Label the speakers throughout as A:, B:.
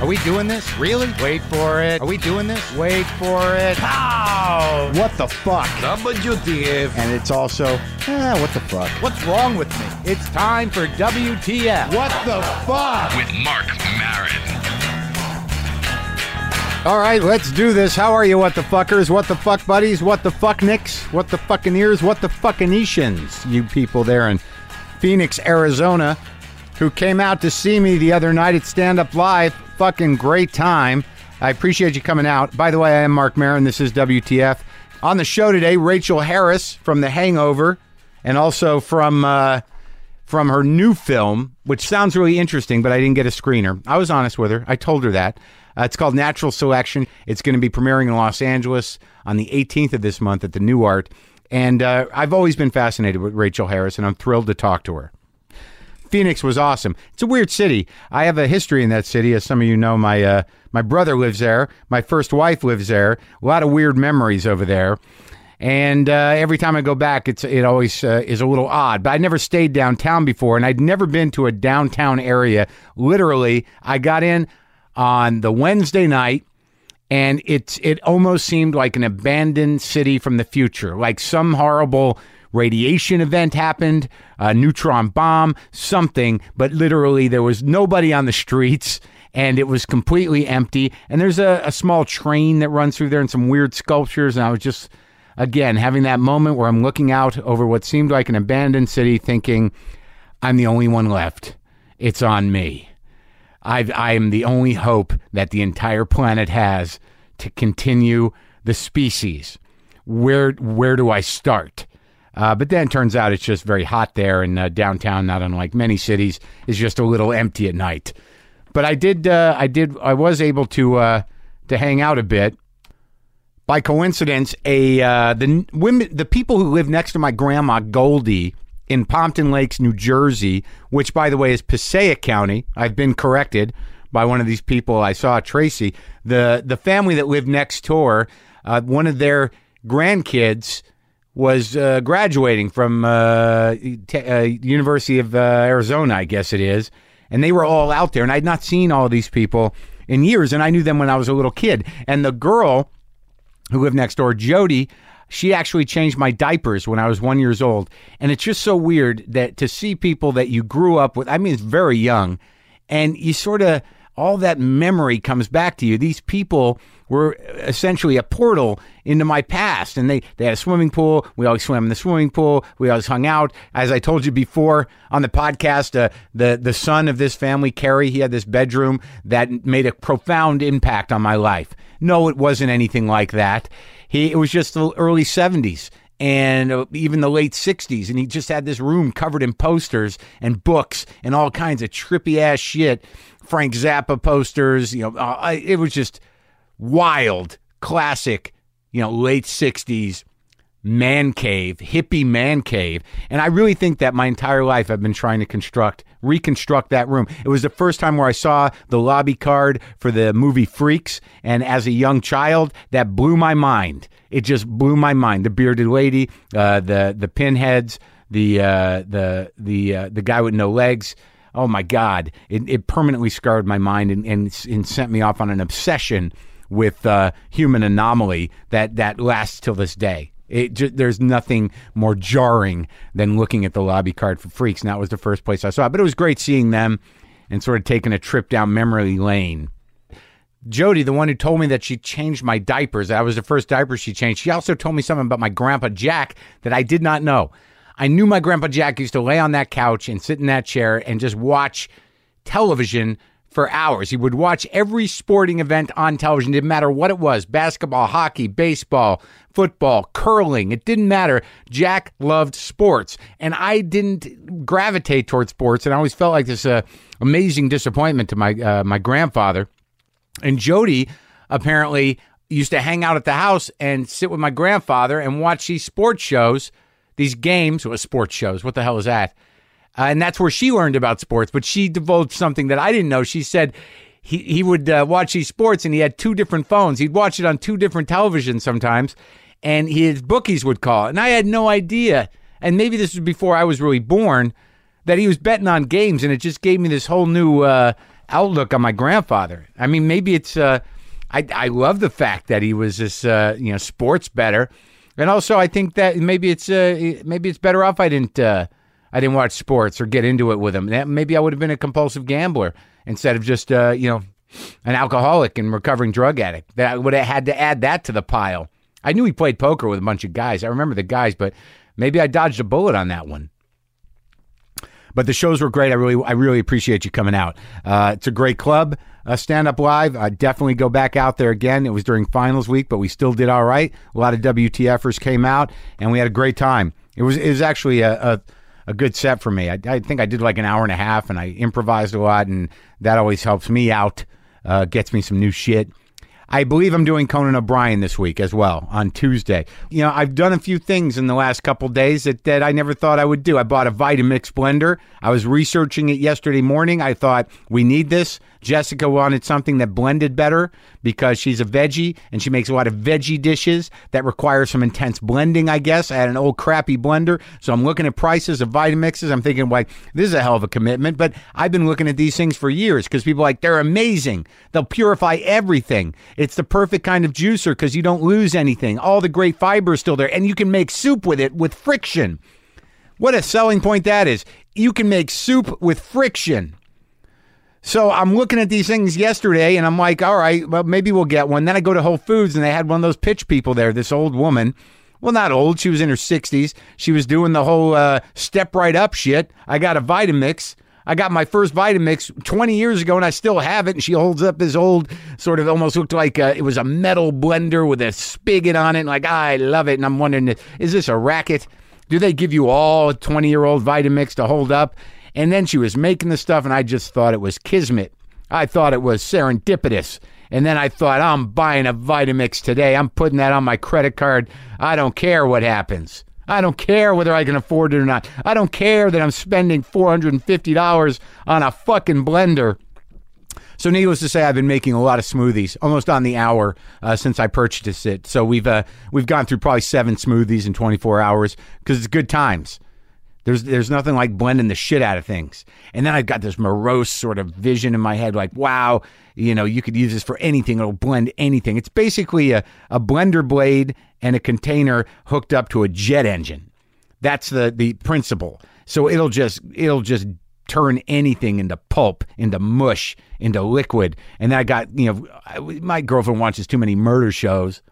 A: Are we doing this? Really? Wait for it. Are we doing this? Wait for it. Pow! What the fuck?
B: WTF.
A: And it's also, eh, what the fuck? What's wrong with me? It's time for WTF. What the fuck?
C: With Mark Marin.
A: All right, let's do this. How are you, what the fuckers? What the fuck buddies? What the fuck nicks? What the fucking ears? What the fucking Eatians? You people there in Phoenix, Arizona, who came out to see me the other night at Stand Up Live. Fucking great time. I appreciate you coming out. By the way, I am Mark Marin. This is WTF. On the show today, Rachel Harris from The Hangover and also from uh, from her new film, which sounds really interesting, but I didn't get a screener. I was honest with her. I told her that. Uh, it's called Natural Selection. It's going to be premiering in Los Angeles on the 18th of this month at the New Art. And uh, I've always been fascinated with Rachel Harris, and I'm thrilled to talk to her. Phoenix was awesome. It's a weird city. I have a history in that city, as some of you know. My uh, my brother lives there. My first wife lives there. A lot of weird memories over there. And uh, every time I go back, it's it always uh, is a little odd. But I never stayed downtown before, and I'd never been to a downtown area. Literally, I got in on the Wednesday night and it's it almost seemed like an abandoned city from the future like some horrible radiation event happened a neutron bomb something but literally there was nobody on the streets and it was completely empty and there's a, a small train that runs through there and some weird sculptures and i was just again having that moment where i'm looking out over what seemed like an abandoned city thinking i'm the only one left it's on me I've, I am the only hope that the entire planet has to continue the species. Where where do I start? Uh, but then it turns out it's just very hot there, and uh, downtown, not unlike many cities, is just a little empty at night. But I did uh, I did I was able to uh, to hang out a bit by coincidence, a uh, the n- women, the people who live next to my grandma Goldie in Pompton Lakes, New Jersey, which by the way is Passaic County. I've been corrected by one of these people I saw, Tracy. the The family that lived next door, uh, one of their grandkids was uh, graduating from uh, te- uh, University of uh, Arizona, I guess it is, and they were all out there, and I'd not seen all these people in years, and I knew them when I was a little kid, and the girl who lived next door, Jody, she actually changed my diapers when I was one years old. And it's just so weird that to see people that you grew up with, I mean, it's very young, and you sort of all that memory comes back to you. These people were essentially a portal into my past. And they, they had a swimming pool. We always swam in the swimming pool. We always hung out. As I told you before on the podcast, uh, the, the son of this family, Kerry, he had this bedroom that made a profound impact on my life. No, it wasn't anything like that. He it was just the early 70s and uh, even the late 60s and he just had this room covered in posters and books and all kinds of trippy ass shit, Frank Zappa posters, you know, uh, I- it was just wild, classic, you know, late 60s man cave, hippie man cave. And I really think that my entire life I've been trying to construct, reconstruct that room. It was the first time where I saw the lobby card for the movie Freaks. And as a young child, that blew my mind. It just blew my mind. The bearded lady, uh, the, the pinheads, the, uh, the, the, uh, the guy with no legs. Oh my God. It, it permanently scarred my mind and, and, and sent me off on an obsession with uh, human anomaly that, that lasts till this day. It ju- there's nothing more jarring than looking at the lobby card for Freaks, and that was the first place I saw it. But it was great seeing them and sort of taking a trip down memory lane. Jody, the one who told me that she changed my diapers, that was the first diaper she changed. She also told me something about my grandpa Jack that I did not know. I knew my grandpa Jack used to lay on that couch and sit in that chair and just watch television for hours. He would watch every sporting event on television, didn't matter what it was basketball, hockey, baseball, football, curling. It didn't matter. Jack loved sports. And I didn't gravitate towards sports. And I always felt like this uh, amazing disappointment to my, uh, my grandfather. And Jody apparently used to hang out at the house and sit with my grandfather and watch these sports shows, these games, well, sports shows. What the hell is that? Uh, and that's where she learned about sports. But she divulged something that I didn't know. She said he he would uh, watch these sports, and he had two different phones. He'd watch it on two different televisions sometimes, and his bookies would call. And I had no idea. And maybe this was before I was really born that he was betting on games, and it just gave me this whole new uh, outlook on my grandfather. I mean, maybe it's. Uh, I I love the fact that he was this uh, you know sports better, and also I think that maybe it's uh, maybe it's better off I didn't uh, I didn't watch sports or get into it with him. That, maybe I would have been a compulsive gambler instead of just uh, you know an alcoholic and recovering drug addict. That I would have had to add that to the pile. I knew he played poker with a bunch of guys. I remember the guys, but maybe I dodged a bullet on that one. But the shows were great. I really, I really appreciate you coming out. Uh, it's a great club. Uh, Stand up live. I definitely go back out there again. It was during finals week, but we still did all right. A lot of WTFers came out, and we had a great time. It was, it was actually a, a, a good set for me. I, I think I did like an hour and a half, and I improvised a lot, and that always helps me out. Uh, gets me some new shit. I believe I'm doing Conan O'Brien this week as well on Tuesday. You know, I've done a few things in the last couple days that, that I never thought I would do. I bought a Vitamix blender. I was researching it yesterday morning. I thought, we need this. Jessica wanted something that blended better because she's a veggie and she makes a lot of veggie dishes that require some intense blending, I guess. I had an old crappy blender. So I'm looking at prices of Vitamixes. I'm thinking, like, this is a hell of a commitment. But I've been looking at these things for years because people are like, they're amazing. They'll purify everything. It's the perfect kind of juicer because you don't lose anything. All the great fiber is still there. And you can make soup with it with friction. What a selling point that is. You can make soup with friction. So I'm looking at these things yesterday and I'm like, all right, well, maybe we'll get one. Then I go to Whole Foods and they had one of those pitch people there, this old woman. Well, not old. She was in her 60s. She was doing the whole uh, step right up shit. I got a Vitamix. I got my first Vitamix 20 years ago and I still have it. And she holds up this old sort of almost looked like uh it was a metal blender with a spigot on it. And like, "Ah, I love it. And I'm wondering, is this a racket? Do they give you all 20 year old Vitamix to hold up? And then she was making the stuff, and I just thought it was kismet. I thought it was serendipitous. And then I thought, I'm buying a Vitamix today. I'm putting that on my credit card. I don't care what happens. I don't care whether I can afford it or not. I don't care that I'm spending $450 on a fucking blender. So, needless to say, I've been making a lot of smoothies, almost on the hour uh, since I purchased it. So we've uh, we've gone through probably seven smoothies in 24 hours because it's good times. There's there's nothing like blending the shit out of things. And then I've got this morose sort of vision in my head, like, wow, you know, you could use this for anything. It'll blend anything. It's basically a, a blender blade and a container hooked up to a jet engine. That's the the principle. So it'll just it'll just turn anything into pulp, into mush, into liquid. And then I got you know, I, my girlfriend watches too many murder shows,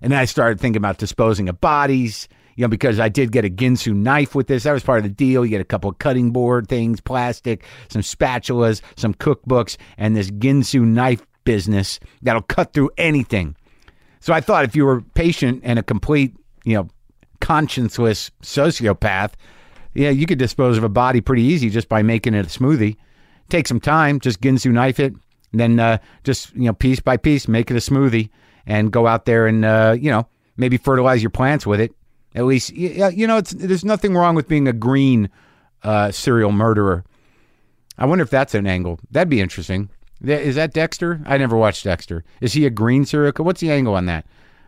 A: and then I started thinking about disposing of bodies. You know, because I did get a Ginsu knife with this. That was part of the deal. You get a couple of cutting board things, plastic, some spatulas, some cookbooks, and this Ginsu knife business that'll cut through anything. So I thought if you were patient and a complete, you know, conscienceless sociopath, yeah, you could dispose of a body pretty easy just by making it a smoothie. Take some time, just Ginsu knife it, and then uh, just you know piece by piece make it a smoothie, and go out there and uh, you know maybe fertilize your plants with it. At least y- yeah, you know it's, there's nothing wrong with being a green uh, serial murderer. I wonder if that's an angle. That'd be interesting. Th- Is that Dexter? I never watched Dexter. Is he a green serial? killer? What's the angle on that?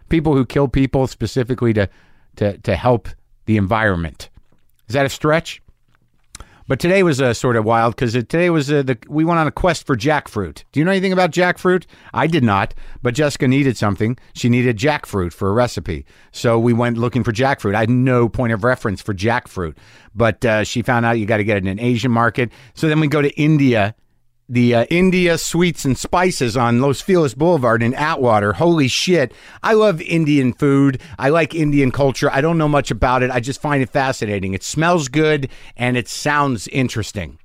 A: People who kill people specifically to to to help the environment. Is that a stretch? But today was uh, sort of wild because today was uh, the we went on a quest for jackfruit. Do you know anything about jackfruit? I did not, but Jessica needed something. She needed jackfruit for a recipe, so we went looking for jackfruit. I had no point of reference for jackfruit, but uh, she found out you got to get it in an Asian market. So then we go to India the uh, India Sweets and Spices on Los Feliz Boulevard in Atwater. Holy shit. I love Indian food. I like Indian culture. I don't know much about it. I just find it fascinating. It smells good and it sounds interesting.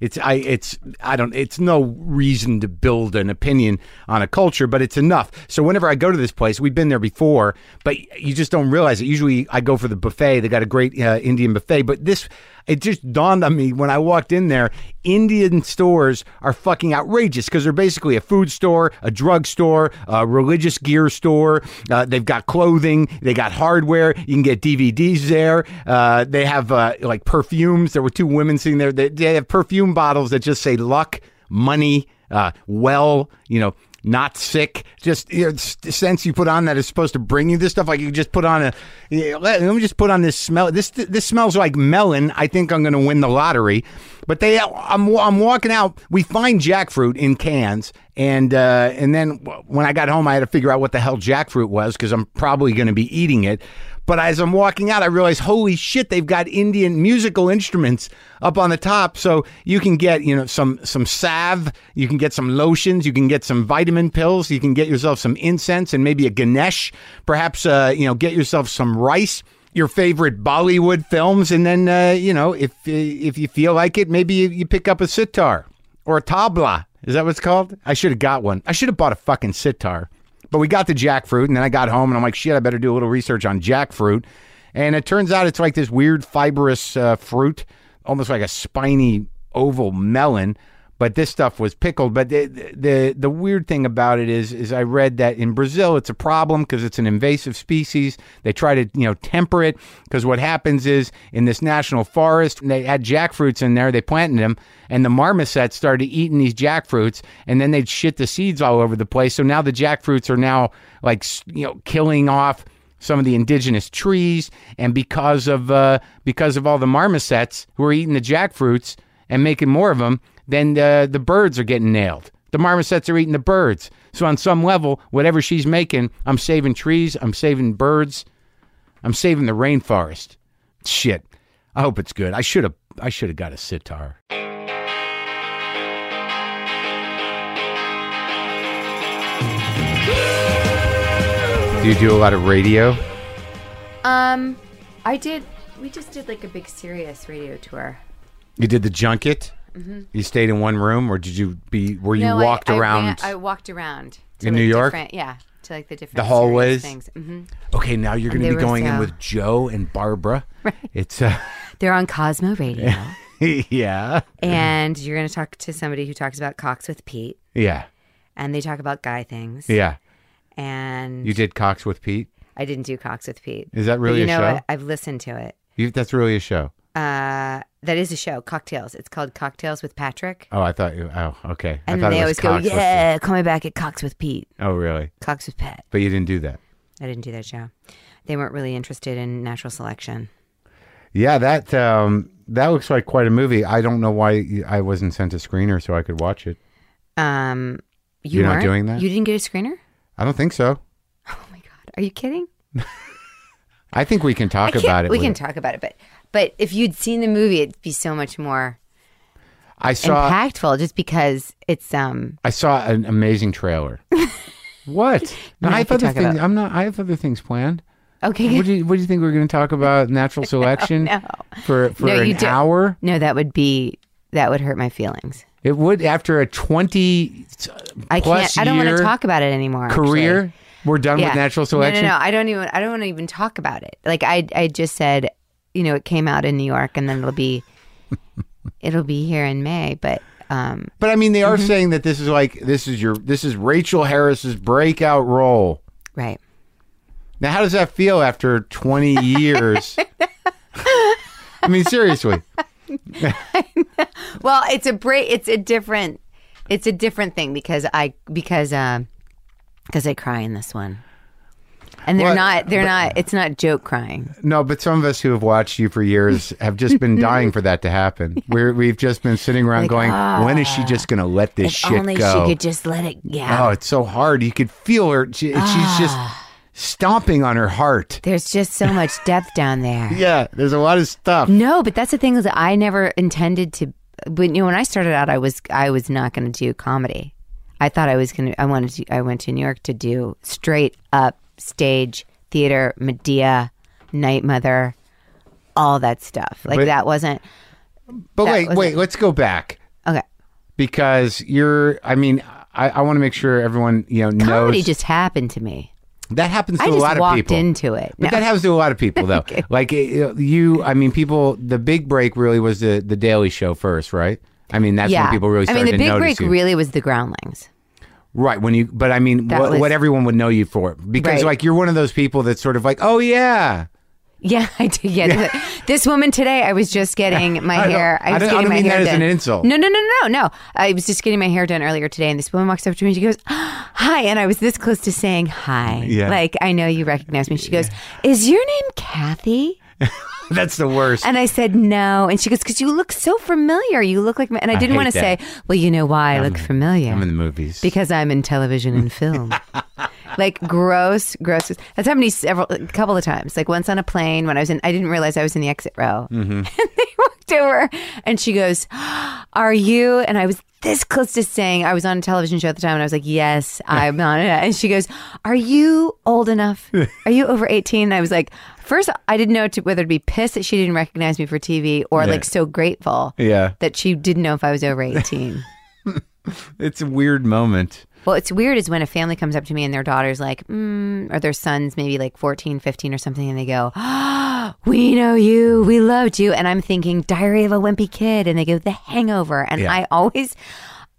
A: It's I it's I don't it's no reason to build an opinion on a culture, but it's enough. So whenever I go to this place, we've been there before, but you just don't realize it. Usually I go for the buffet. They got a great uh, Indian buffet, but this it just dawned on me when I walked in there, Indian stores are fucking outrageous because they're basically a food store, a drug store, a religious gear store. Uh, they've got clothing, they got hardware. You can get DVDs there. Uh, they have uh, like perfumes. There were two women sitting there. They, they have perfume bottles that just say luck, money, uh, well, you know, not sick. Just you know, s- sense you put on that is supposed to bring you this stuff. Like you just put on a, yeah, let, let me just put on this smell. This this smells like melon. I think I'm going to win the lottery. But they, I'm I'm walking out. We find jackfruit in cans, and uh, and then w- when I got home, I had to figure out what the hell jackfruit was because I'm probably going to be eating it. But as I'm walking out, I realize, holy shit, they've got Indian musical instruments up on the top. So you can get, you know, some some salve, you can get some lotions, you can get some vitamin pills, you can get yourself some incense and maybe a Ganesh. Perhaps, uh, you know, get yourself some rice, your favorite Bollywood films, and then, uh, you know, if if you feel like it, maybe you, you pick up a sitar or a tabla. Is that what it's called? I should have got one. I should have bought a fucking sitar. But we got the jackfruit, and then I got home and I'm like, shit, I better do a little research on jackfruit. And it turns out it's like this weird fibrous uh, fruit, almost like a spiny oval melon. But this stuff was pickled. But the, the the weird thing about it is, is I read that in Brazil it's a problem because it's an invasive species. They try to you know temper it because what happens is in this national forest they had jackfruits in there. They planted them, and the marmosets started eating these jackfruits, and then they'd shit the seeds all over the place. So now the jackfruits are now like s- you know killing off some of the indigenous trees, and because of uh, because of all the marmosets who are eating the jackfruits and making more of them, then the the birds are getting nailed. The marmosets are eating the birds. So on some level, whatever she's making, I'm saving trees, I'm saving birds, I'm saving the rainforest. Shit, I hope it's good. I should have I should have got a sitar. Do you do a lot of radio?
D: Um, I did. We just did like a big serious radio tour.
A: You did the junket. You stayed in one room, or did you be? Were you
D: Mm-hmm. No, I-
A: walked
D: I
A: around?
D: ran- I walked around to
A: In
D: like
A: New York?
D: different- Yeah, to like the different
A: The
D: serious
A: hallways?
D: Things. hmm
A: Okay, now you're going to
D: they
A: be
D: were
A: going in
D: so-
A: with Joe and Barbara. It's uh,
D: They're on Cosmo Radio,
A: yeah,
D: and you're going to talk to somebody who talks about Cox with Pete,
A: yeah,
D: and they talk about guy things.
A: yeah.
D: And
A: You did Cox with Pete.
D: I didn't do Cox with Pete.
A: Is that really
D: but
A: a
D: you know
A: show?
D: what? I've listened to it.
A: You, that's really a show.
D: Uh, that is a show, Cocktails. It's called Cocktails with Patrick.
A: Oh, I thought you. Oh, okay.
D: And
A: I thought
D: they
A: it
D: always
A: was Cox
D: go,
A: with
D: "Yeah, call me back at Cox with Pete,
A: Pete. Oh, really?
D: Cox with Pat."
A: But you didn't do that.
D: I didn't do that show. They weren't really interested in natural selection.
A: Yeah, that um, that looks like quite a movie. I don't know why you- I wasn't sent a screener so I could watch it.
D: Um, you
A: You're not
D: weren't?
A: doing that?
D: You didn't get a screener?
A: I don't think so.
D: Oh my god, are you kidding?
A: I think we can talk
D: I can't-
A: about it.
D: We
A: with-
D: can talk about it, but but if you'd seen the movie, it'd be so much more
A: I saw.
D: impactful, just because it's um.
A: I saw an amazing trailer. what?
D: No,
A: I
D: I
A: have
D: could
A: other
D: talk
A: things.
D: about-
A: I'm not. I have other things planned.
D: Okay,
A: What do you What do you think we're going to talk about? Natural selection
D: no.
A: for for
D: No,
A: an
D: you don't.
A: hour.
D: no, that would be that would hurt my feelings.
A: It would after a 20
D: I
A: plus
D: can't. I don't want
A: year
D: to talk about it anymore. actually.
A: career. We're done
D: Yeah.
A: with natural
D: No,
A: selection.
D: No, no, I don't even. I don't want to even talk about it. Like I, I just said, you know, it came out in New York, and then it'll be, it'll be here in May. But um,
A: But I mean, they are saying that this is like this is your this is Rachel Harris's breakout role.
D: right.
A: Now, how does that feel after 20 years? I mean, seriously.
D: Well, it's a break. It's a different. It's a different thing because I because um because I cry in this one, and they're
A: Well,
D: not. They're not. It's not joke crying.
A: No, but some of us who have watched you for years have just been dying for that to happen. We're, we've just been sitting around going, when is she just going to let this shit
D: Only
A: go?
D: she could just let it. Yeah.
A: oh, it's so hard. You could feel her. She, She's just stomping on her heart.
D: There's just so much depth down there.
A: Yeah, there's a lot of stuff.
D: No, but that's the thing is that I never intended to. When you know, when I started out, I was I was not going to do comedy. I thought I was going to. I wanted to. I went to New York to do straight up stage theater, Medea, Night Mother, all that stuff. Like
A: But-
D: that wasn't
A: But
D: that
A: wait,
D: was
A: wait, let's go back
D: okay.
A: because you're, I mean, I, I want to make sure everyone, you know,
D: Comedy
A: knows
D: just happened to me.
A: that happens to
D: I
A: a lot
D: just
A: of
D: walked
A: people.
D: into it.
A: But
D: No.
A: that happens to a lot of people, though. Like uh, you, I mean, people. The big break really was the the Daily Show first, right? I mean, that's
D: yeah,
A: when people really
D: I
A: started
D: mean, the
A: to
D: big
A: notice
D: break
A: you,
D: really was the Groundlings.
A: right? When you, but I mean,
D: That
A: what,
D: was-
A: what everyone would know you for, because
D: Right.
A: like you're one of those people that's sort of like, oh yeah,
D: Yeah, I did get it. This woman today, I was just getting my
B: I don't-
D: hair.
B: I
D: was
B: don't- I
D: getting
B: don't
D: my
B: mean
D: hair
B: that as an
D: done.
B: insult.
D: No, no, no, no, no. I was just getting my hair done earlier today, and this woman walks up to me and she goes, "Hi," and I was this close to saying hi.
B: Yeah.
D: Like I know you recognize me. She goes, "Is your name Kathy?"
B: That's the worst.
D: And I said no, and she goes, "Because you look so familiar. You look like," me. and I didn't
B: hate
D: want to say,
B: that.
D: "Well, you know why I look familiar."
B: I'm in the movies.
D: because I'm in television and film. like gross, gross. That's happened to me several, a couple of times. Like once on a plane when I was in, I didn't realize I was in the exit row, and they walked over, and she goes, "Are you?" And I was this close to saying I was on a television show at the time, and I was like, "Yes, I'm on it." And she goes, "Are you old enough? Are you over 18?" And I was like. First, I didn't know to, whether to be pissed that she didn't recognize me for TV or like so grateful
B: yeah,
D: that she didn't know if I was over 18.
B: it's a weird moment.
D: Well, it's weird is when a family comes up to me and their daughter's like, mm, or their son's maybe like 14, 15 or something, and they go, oh, We know you. We loved you. And I'm thinking, Diary of a Wimpy Kid. And they go, The Hangover. And
B: Yeah.
D: I always,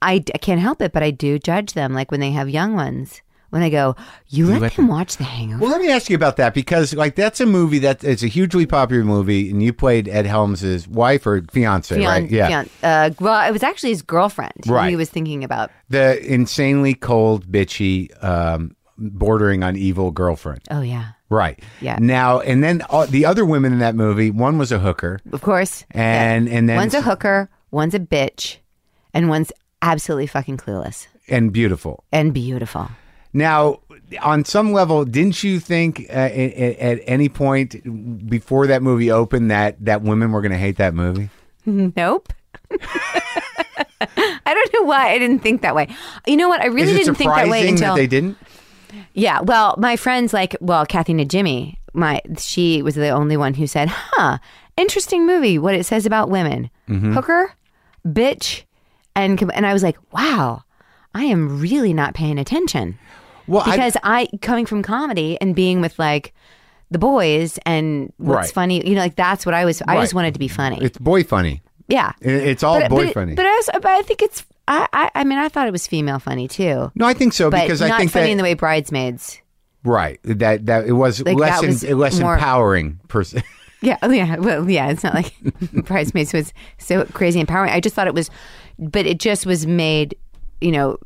D: I, d- I can't help it, but I do judge them. Like when they have young ones, when I go, You let, them watch The Hangover.
B: Well, let me ask you about that because, like, that's a movie that it's a hugely popular movie, and you played Ed Helms' wife or fiance, right?
D: Fian- fian- uh, well, it was actually his girlfriend who
B: Right.
D: he was thinking about.
B: the insanely cold, bitchy, um, bordering on evil girlfriend.
D: Oh, yeah.
B: Right.
D: Yeah.
B: Now and then, uh, the other women in that movie, one was a hooker,
D: Of course.
B: and and then
D: one's a hooker, one's a bitch, and one's absolutely fucking clueless.
B: and beautiful.
D: and beautiful.
B: Now, on some level, didn't you think uh, at, at any point before that movie opened that that women were going to hate that movie?
D: Nope. I don't know why I didn't think that way. You know what? I really
B: Is it
D: didn't think that
B: surprising
D: way until
B: that they didn't?
D: yeah. Well, my friends like well, Kathy and Jimmy. My she was the only one who said, "Huh, interesting movie. What it says about women,
B: Mm-hmm.
D: hooker, bitch, and com-" and I was like, wow, I am really not paying attention
B: Well, I-
D: because I, coming from comedy and being with like the boys and what's
B: Right.
D: funny, you know, like that's what I was. I
B: Right.
D: just wanted to be funny.
B: it's boy funny.
D: yeah,
B: It- It's all
D: but,
B: Oh, boy
D: but,
B: funny.
D: But I, also, but I think it's. I, I I mean I thought it was female funny too,
B: no, I think so
D: but
B: because
D: not
B: I think
D: funny
B: that
D: in the way bridesmaids.
B: right that that it was
D: Like,
B: less
D: that
B: em-
D: was
B: less
D: more-
B: empowering person.
D: Yeah, oh, yeah. Well, yeah. It's not like bridesmaids was so crazy empowering. I just thought it was, but it just was made. You know,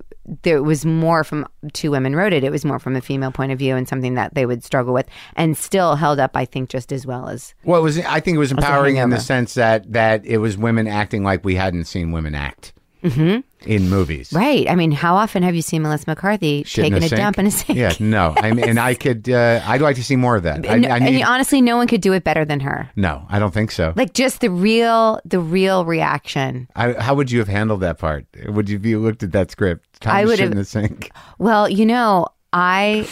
D: there was more from two women wrote it. It was more from a female point of view and something that they would struggle with, and still held up. I think just as well as
B: well, it was I think it was empowering in the
D: hangover.
B: sense that that it was women acting like we hadn't seen women act
D: Mm-hmm.
B: in movies.
D: right. I mean, how often have you seen Melissa McCarthy
B: Shit in
D: taking
B: the
D: a
B: sink.
D: dump in a sink?
B: Yeah, no. I mean, and I could. Uh, I'd like to see more of that. I,
D: And,
B: I
D: and
B: need,
D: honestly, no one could do it better than her.
B: no, I don't think so.
D: like just the real the real reaction
B: I, how would you have handled that part? Would you if you looked at that script? Time
D: I
B: to
D: would
B: shit
D: have-
B: in the sink.
D: well you know i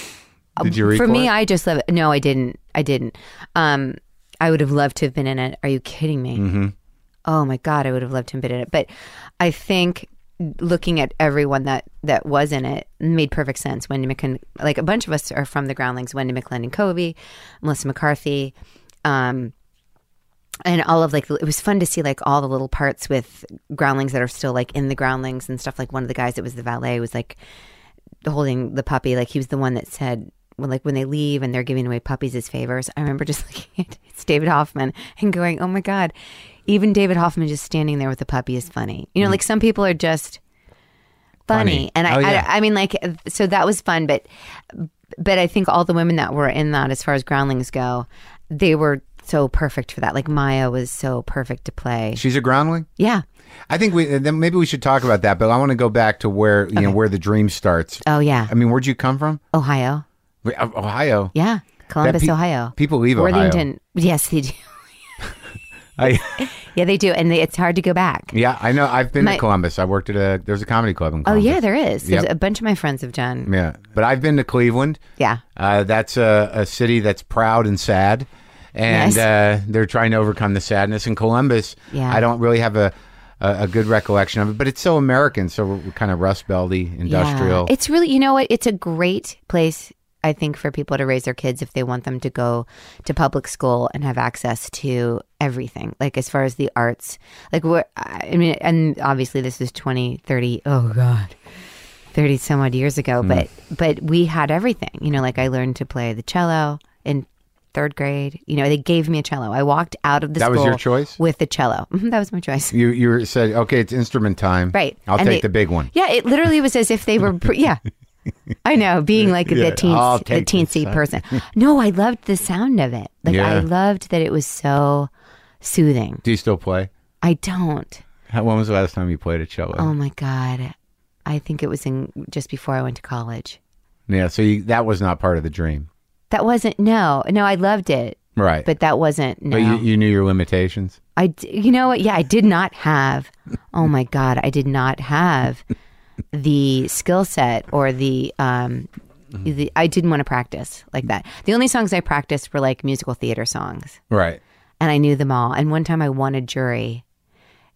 D: um,
B: Did you read
D: for me
B: it?
D: i just love it no i didn't i didn't um i would have loved to have been in it are you kidding me
B: Mm-hmm.
D: oh my god i would have loved to have been in it but i think looking at everyone that that was in it made perfect sense wendy mcclendon like a bunch of us are from the groundlings wendy mcclendon kobe melissa mccarthy um and all of like it was fun to see like all the little parts with groundlings that are still like in the groundlings and stuff like one of the guys that was the valet was like holding the puppy like he was the one that said well, like when they leave and they're giving away puppies as favors i remember just looking at it's david hoffman and going oh my god even david hoffman just standing there with the puppy is funny you know like some people are just funny,
B: Mm. Funny.
D: and I,
B: Oh, yeah.
D: I i mean like so that was fun but but I think all the women that were in that, as far as groundlings go, they were so perfect for that. Like Maya was so perfect to play.
B: She's a groundling.
D: Yeah.
B: I think we uh, then maybe we should talk about that. But I want to go back to where you know where the dream starts.
D: Oh yeah.
B: I mean, where'd you come from?
D: Ohio.
B: We- uh, Ohio.
D: Yeah.
B: That
D: Columbus,
B: pe-
D: Ohio.
B: People leave Ohio.
D: Worthington. Yes, they do.
B: I,
D: Yeah, they do, and they, it's hard to go back.
B: yeah, I know. I've been
D: My-
B: to Columbus. I worked at a there's a comedy club in
D: Oh
B: Columbus.
D: yeah, there is.
B: Yep.
D: There's
B: Mm.
D: a bunch of my friends have done.
B: yeah. But I've been to Cleveland.
D: Yeah.
B: Uh, that's a, a city that's proud and sad, and
D: Yes.
B: uh, they're trying to overcome the sadness. In Columbus,
D: Yeah.
B: I don't really have a, a a good recollection of it, but it's so American, so we're, we're kind of rust belty, industrial.
D: Yeah. It's really, you know what? It's a great place, I think, for people to raise their kids if they want them to go to public school and have access to everything, like as far as the arts. Like, what I mean, and obviously this is 20, 30, oh God. 30 some
B: Hmm.
D: odd years ago but but we had everything you know like i learned to play the cello in third grade. You know, they gave me a cello. I walked out of the
B: That was
D: school
B: your choice?
D: with the cello. Mhm, that was my choice.
B: You you were- said okay, it's instrument time.
D: Right.
B: I'll
D: And
B: take
D: they-
B: the big one.
D: Yeah, it literally was as if they were. Pre- yeah, I know, being like
B: Yeah,
D: the
B: I'll
D: teens, the
B: take this
D: teensy
B: side.
D: person. No, I loved the sound of it. Like
B: Yeah.
D: I loved that it was so soothing.
B: Do you still play?
D: I don't.
B: How, when was the last time you played a cello?
D: Oh my god, I think it was in just before I went to college.
B: yeah. So you, that was not part of the dream,
D: That wasn't no, no. I loved it,
B: right?
D: but that wasn't no.
B: but you, you knew your limitations.
D: I, d- you know what? Yeah, I did not have. Oh my god, I did not have the skill set or the um. The, I didn't want to practice like that. The only songs I practiced were like musical theater songs,
B: Right.
D: and I knew them all. And one time I won a jury,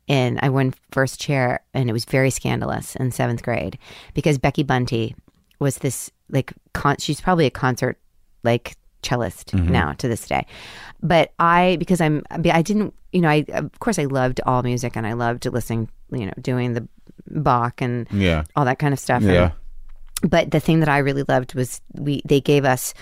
D: and I won first chair, and it was very scandalous in seventh grade because Becky Bunty was this like con- she's probably a concert like cellist now to this day, but I because I'm I didn't you know I of course I loved all music and I loved listening you know doing the Bach and
B: Yeah.
D: all that kind of stuff and-
B: Mm. Yeah.
D: but the thing that I really loved was we they gave us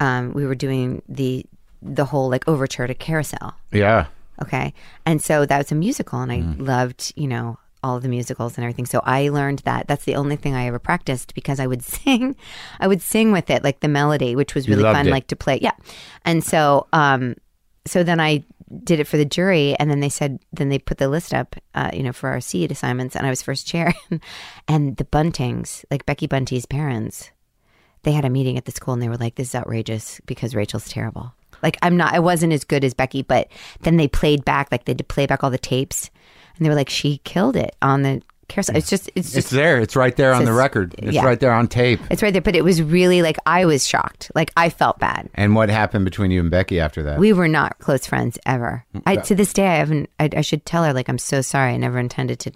D: um, we were doing the the whole like overture to Carousel,
B: Yeah.
D: okay, and so that was a musical, and I
B: Mm.
D: loved you know all of the musicals and everything. So I learned that that's the only thing I ever practiced because I would sing, I would sing with it like the melody, which was really
B: loved
D: fun,
B: it.
D: like to play, yeah. And so um, so then I did it for the jury, and then they said, then they put the list up, uh, you know, for our seed assignments, and I was first chair. and the Buntings, like Becky Bunty's parents, they had a meeting at the school, and they were like, "This is outrageous because Rachel's terrible." Like I'm not, I wasn't as good as Becky, but then they played back, like they did play back all the tapes, and they were like, "She killed it on the carousel." It's just, it's just
B: It's there. It's right there on the
D: just-
B: record. It's
D: yeah.
B: right there on tape.
D: It's right there, but it was really like I was shocked. Like I felt bad.
B: And what happened between you and Becky after that?
D: We were not close friends ever.
B: Mm,
D: I, to this day, I haven't. I, I should tell her like I'm so sorry. I never intended to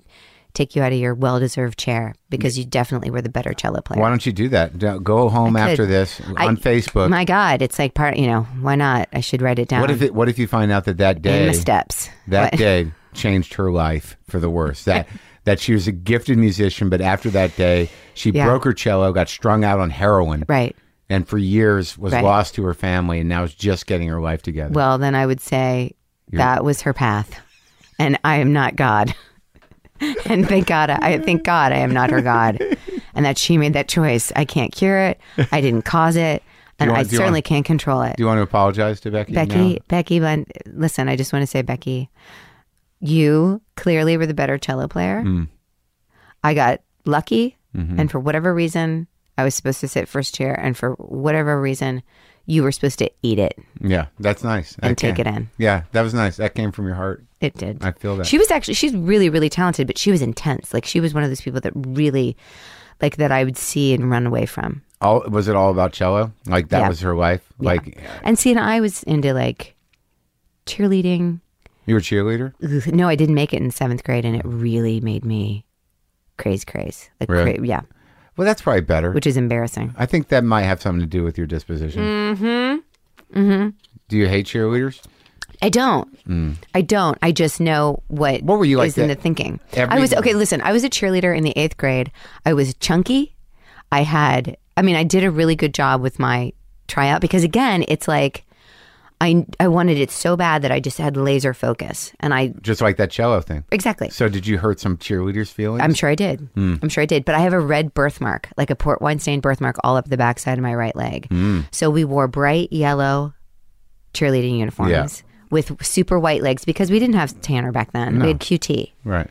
D: take you out of your well-deserved chair because you definitely were the better cello player.
B: Why don't you do that? Do- Go home
D: I could-
B: after this
D: I-
B: on Facebook.
D: My God, it's like part. You know, why not? I should write it down.
B: what if it, what if you find out that that
D: in
B: day
D: the steps?
B: that
D: What?
B: day changed her life for the worse. That that she was a gifted musician, but after that day, she
D: Yeah.
B: broke her cello, got strung out on heroin,
D: right.
B: and for years was
D: Right.
B: lost to her family, and now is just getting her life together.
D: Well, then I would say that was her path, and I am not God. and thank God, I thank God, I am not her God, and that she made that choice. I can't cure it. I didn't cause it, and
B: wanna-
D: I
B: do you wanna-
D: certainly can't control it.
B: Do you want to apologize to Becky?
D: Becky,
B: now?
D: Becky, Bun- listen, I just want to say, Becky, you clearly were the better cello player. I got lucky, and for whatever reason, I was supposed to sit first chair, and for whatever reason, you were supposed to eat it.
B: Yeah, that's nice.
D: And
B: That
D: take
B: came-
D: it in.
B: Yeah, that was nice. That came from your heart.
D: It did.
B: I feel that.
D: She was actually she's really really talented, but she was intense. Like she was one of those people that really like that I would see and run away from.
B: All was it all about cello? Like that
D: Yeah.
B: was her life. Like
D: And see, and I was into like cheerleading.
B: you were a cheerleader.
D: Ugh, No, I didn't make it in seventh grade, and it really made me craze craze. Like
B: Really?
D: cra- yeah,
B: Well, that's probably better.
D: which is embarrassing.
B: I think that might have something to do with your disposition. Mm-hmm. Mm-hmm.
D: Mm-hmm.
B: Do you hate cheerleaders?
D: I don't. I don't. I just know what
B: Mm. What were you like
D: is in
B: that-
D: the thinking.
B: every-
D: I was okay. Listen, I was a cheerleader in the eighth grade. I was chunky. I had. I mean, I did a really good job with my tryout because again, it's like I I wanted it so bad that I just had laser focus, and I
B: Just like that cello thing.
D: exactly.
B: So did you hurt some cheerleaders' feelings?
D: I'm sure I did.
B: Hmm.
D: I'm sure I did. But I have a red birthmark, like a port wine stain birthmark, all up the backside of my right leg.
B: Hmm.
D: So we wore bright yellow cheerleading uniforms with super white legs because we didn't have tanner back then. We had QT,
B: right.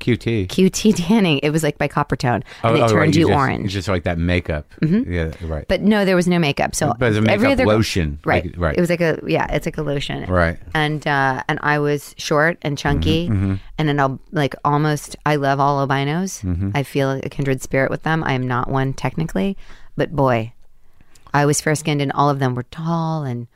B: QT.
D: QT tanning. It was like by copper tone, and it
B: Oh, right,
D: turned you,
B: just,
D: orange.
B: Just like that makeup. Yeah, right.
D: but no, there was no makeup. So
B: But the
D: every
B: makeup
D: other
B: lotion,
D: right?
B: like- right.
D: It was like a yeah, it's like a lotion,
B: Right.
D: And uh, and I was short and chunky,
B: Mm-hmm,
D: and then I'll like almost. I love all albinos.
B: Mm-hmm.
D: I feel a kindred spirit with them. I am not one technically, but boy, I was fair skinned, and all of them were tall and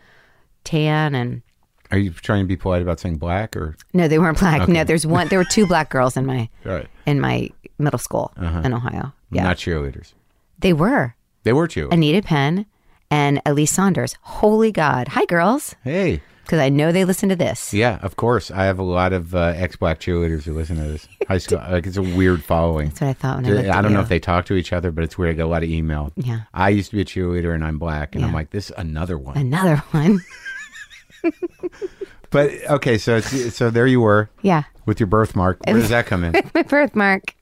D: tan and.
B: Are you trying to be polite about saying black or?
D: No, they weren't black. No, there's one. There were two black girls in my
B: Right.
D: in my middle school in Ohio. Yeah,
B: Uh-huh. Not cheerleaders.
D: they were.
B: They were cheerleaders.
D: Anita Penn and Elise Saunders. Holy God. Hi, girls.
B: Hey.
D: Because I know they listen to this.
B: Yeah, of course. I have a lot of uh, ex-black cheerleaders who listen to this. High school, like it's a weird following.
D: That's what I thought when I looked
B: I
D: at
B: don't know
D: you.
B: if they talk to each other, but it's weird. I get a lot of email.
D: Yeah.
B: I used to be a cheerleader, and I'm black, and I'm
D: Yeah.
B: like, this is another one.
D: Another one.
B: but okay, so it's, so there you were
D: yeah.
B: with your birthmark. Where does that come in?
D: My birthmark.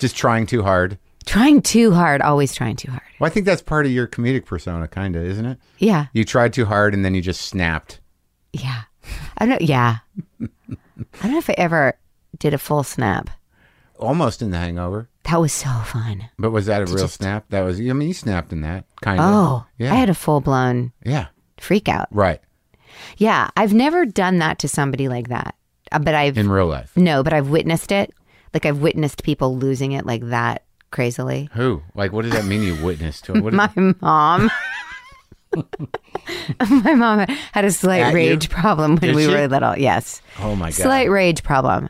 B: Just trying too hard.
D: Trying too hard. Always trying too hard.
B: Well, I think that's part of your comedic persona, kind of, isn't it?
D: Yeah.
B: You tried too hard, and then you just snapped.
D: Yeah. I don't, yeah. I don't know if I ever did a full snap.
B: Almost in The Hangover,
D: That was so fun.
B: but was that a real snap? That was. I mean, you snapped in that kind of.
D: Oh,
B: yeah,
D: I had a full blown
B: yeah,
D: freak out.
B: right.
D: Yeah. I've never done that to somebody like that. Uh, But I've,
B: In real life,
D: no, but I've witnessed it. Like I've witnessed people losing it like that crazily.
B: who? Like, what does that mean? You witnessed? What is-
D: My mom. My mom had a slight
B: At you?
D: rage problem when
B: Did
D: we
B: she?
D: were little. Yes.
B: oh my god!
D: Slight rage problem.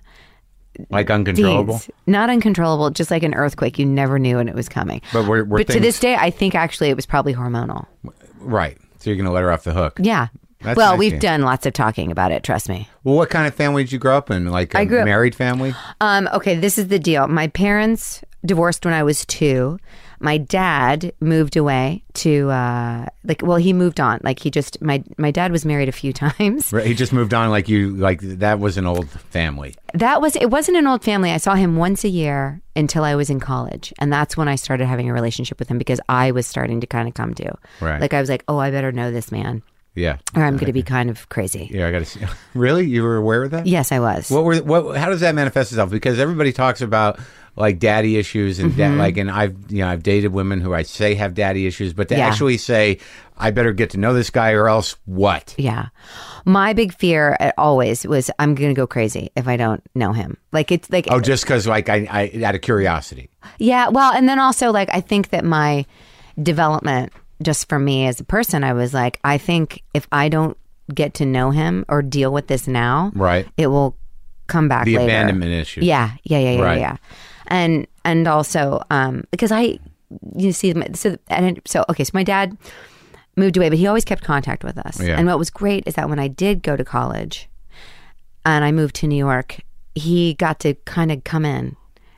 B: like uncontrollable.
D: Deeds. Not uncontrollable, just like an earthquake. You never knew when it was coming.
B: But were- were
D: But to
B: things-
D: this day, I think actually it was probably hormonal.
B: Right. So you're gonna let her off the hook.
D: Yeah.
B: That's
D: well,
B: nice
D: we've
B: to hear.
D: done lots of talking about it. Trust me.
B: Well, what kind of family did you grow up in? Like a
D: grew up-
B: married family?
D: Um, okay, this is the deal. My parents divorced when I was two. My dad moved away to uh, like, well, he moved on. Like he just my my dad was married a few times.
B: Right. He just moved on. Like you, like that was an old family.
D: That was it wasn't an old family. I saw him once a year until I was in college, and that's when I started having a relationship with him because I was starting to kind of come to.
B: Right.
D: Like I was like, oh, I better know this man,
B: Yeah.
D: or I'm going to be kind of crazy.
B: Yeah. I got to see. really? You were aware of that?
D: Yes, I was.
B: What were? What? How does that manifest itself? Because everybody talks about like daddy issues and
D: Mm-hmm.
B: da- like, and I've you know I've dated women who I say have daddy issues, but to
D: Yeah.
B: actually say I better get to know this guy or else what?
D: Yeah. My big fear uh, always was I'm going to go crazy if I don't know him. Like it's like
B: Oh, just because like I, I out of curiosity.
D: yeah, well, and then also like I think that my development just for me as a person I was like I think if I don't get to know him or deal with this now,
B: Right.
D: it will come back
B: The
D: later.
B: abandonment issue.
D: Yeah, yeah, yeah, yeah,
B: Right.
D: yeah. And and also um because I you see my- so and it- so okay, so my dad moved away, but he always kept contact with us.
B: Yeah.
D: And what was great is that when I did go to college and I moved to New York, he got to kind of come in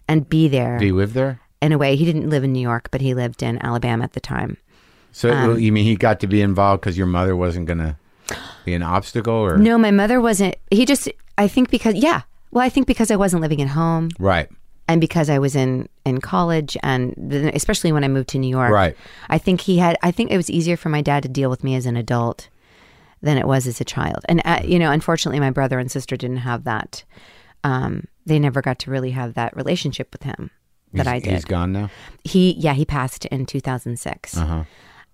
D: and be there
B: Do you live there?
D: in a way. He didn't live in New York, but he lived in Alabama at the time.
B: So
D: Um,
B: you mean he got to be involved because your mother wasn't going to be an obstacle, or
D: No, my mother wasn't. He just I think because yeah. Well, I think because I wasn't living at home.
B: right?
D: and because I was in in college, and then especially when I moved to New York,
B: Right.
D: I think he had. I think it was easier for my dad to deal with me as an adult than it was as a child. And uh, you know, unfortunately, my brother and sister didn't have that. Um, they never got to really have that relationship with him that I
B: He's- He's
D: did.
B: gone now.
D: He, yeah, he passed in two thousand six,
B: Uh-huh.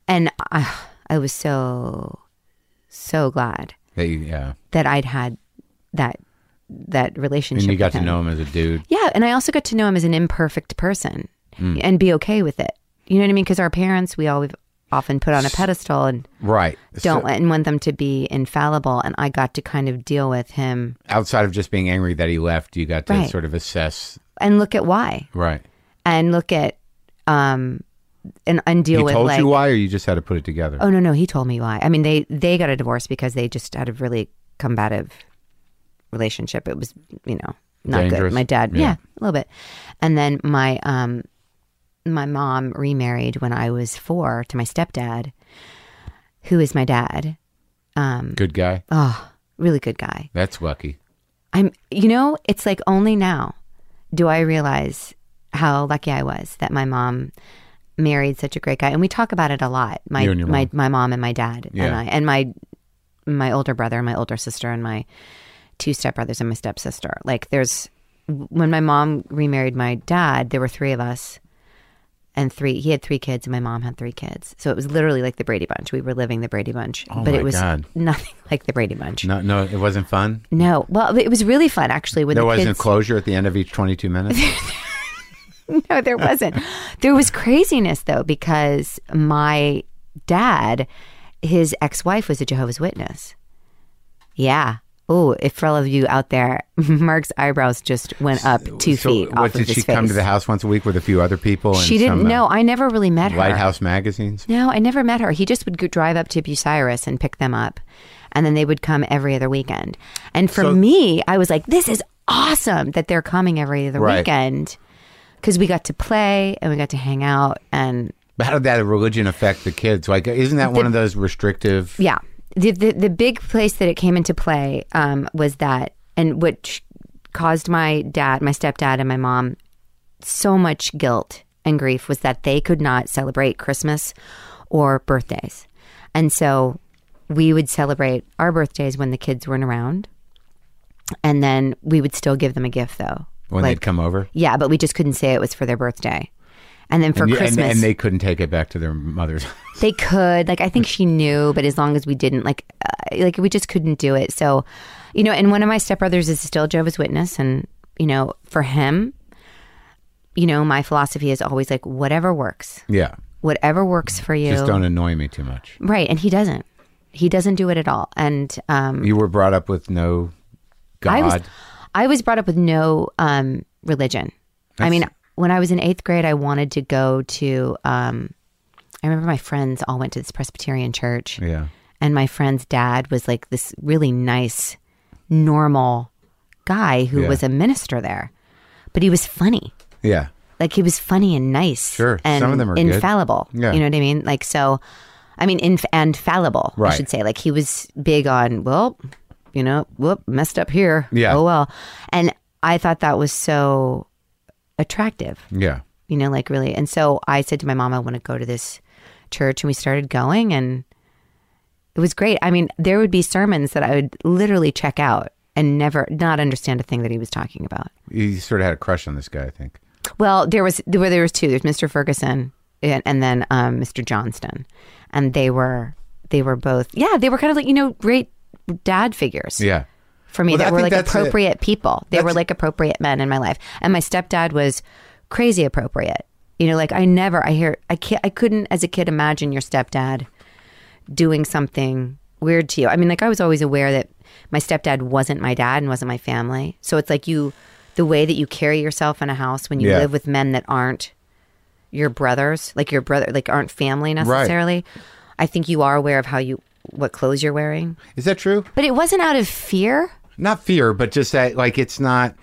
D: and I, I was so, so glad
B: That you, yeah,
D: that I'd had that that relationship.
B: and you got
D: with
B: to
D: him.
B: know him as a dude.
D: Yeah, and I also got to know him as an imperfect person
B: Hmm.
D: and be okay with it. You know what I mean? Because our parents, we always often put on a pedestal and
B: Right. So
D: don't and want them to be infallible. And I got to kind of deal with him
B: outside of just being angry that he left, you got to
D: Right.
B: sort of assess.
D: and look at why
B: Right.
D: and look at um and and deal
B: He
D: with
B: told
D: like
B: you why, or you just had to put it together.
D: oh no no he told me why. I mean they they got a divorce because they just had a really combative relationship. It was you know not
B: Dangerous?
D: good. My dad
B: Yeah.
D: yeah. a little bit, and then my um my mom remarried when I was four to my stepdad, who is my dad.
B: Good guy.
D: Oh, really good guy.
B: That's lucky.
D: I'm you know it's like only now do I realize how lucky I was that my mom married such a great guy and we talk about it a lot my
B: You and your
D: my
B: mom.
D: my mom and my dad and
B: Yeah.
D: I and my my older brother and my older sister and my two stepbrothers and my stepsister like there's when my mom remarried my dad there were three of us and three he had three kids and my mom had three kids so it was literally like the Brady Bunch we were living the Brady Bunch but
B: Oh my
D: it was
B: God.
D: nothing like the Brady Bunch
B: No, no, it wasn't fun.
D: no. Well, it was really fun actually. When
B: There
D: the
B: wasn't
D: kids,
B: closure at the end of each twenty-two minutes.
D: no, there wasn't. there was craziness though because my dad, his ex-wife was a Jehovah's Witness. Yeah, Oh, if for all of you out there, Mark's eyebrows just went up two
B: So
D: feet
B: what,
D: off
B: did
D: of his
B: she come to
D: face.
B: the house once a week with a few other people? And
D: She didn't.
B: some, uh,
D: know. I never really met her.
B: Lighthouse magazines.
D: No, I never met her. He just would go drive up to Bucyrus and pick them up. And then they would come every other weekend. And for
B: So-
D: me, I was like, this is awesome that they're coming every other
B: Right.
D: weekend. Because we got to play and we got to hang out. And
B: But how did that religion affect the kids? Like, isn't that one of those restrictive?
D: yeah, the, the, the big place that it came into play um, was that, and which caused my dad, my stepdad, and my mom so much guilt and grief was that they could not celebrate Christmas or birthdays. And so we would celebrate our birthdays when the kids weren't around. And then we would still give them a gift though.
B: When
D: like,
B: they'd come over,
D: yeah, but we just couldn't say it was for their birthday. And then for
B: and, you- and-
D: Christmas,
B: and they couldn't take it back to their mothers.
D: they could like i think she knew but as long as we didn't like uh, like we just couldn't do it so you know and one of my stepbrothers is still jehovah's witness and you know for him you know my philosophy is always like whatever works
B: yeah,
D: whatever works for you
B: just don't annoy me too much.
D: right and he doesn't he doesn't do it at all and um
B: You were brought up with no God.
D: I was I was brought up with no um, religion. I mean, when I was in eighth grade, I wanted to go to. Um, I remember my friends all went to this Presbyterian church.
B: Yeah.
D: and my friend's dad was like this really nice, normal guy who
B: Yeah.
D: was a minister there, but he was funny.
B: yeah,
D: Like he was funny and nice.
B: Sure.
D: and
B: Some of them are good.
D: infallible.
B: Yeah.
D: you know what I mean. Like so, I mean, inf- and fallible.
B: Right.
D: I should say. Like he was big on well, you know, whoop, messed up here.
B: Yeah.
D: Oh well, and I thought that was so attractive.
B: yeah.
D: You know, like really. And so I said to my mom, I want to go to this church, and we started going, and it was great. I mean, there would be sermons that I would literally check out and never not understand a thing that he was talking about.
B: You sort of had a crush on this guy, I think.
D: Well, there was there were there was two. There's Mr. Ferguson and, and then um, Mr. Johnston, and they were they were both yeah they were kind of like you know great dad figures
B: Yeah.
D: for me
B: Well, I
D: that were
B: think
D: like
B: that's it.
D: appropriate people. They were
B: That's-
D: like appropriate men in my life, and my stepdad was crazy appropriate. You know, like I never I hear I can't I couldn't as a kid imagine your stepdad doing something weird to you. I mean, like I was always aware that my stepdad wasn't my dad and wasn't my family. So it's like you, the way that you carry yourself in a house when you
B: Yeah.
D: live with men that aren't your brothers, like your brother, like aren't family necessarily. I think you are aware of how you, what clothes you're wearing.
B: Is that true?
D: But it wasn't out of fear,
B: Not fear, but just that, like, it's not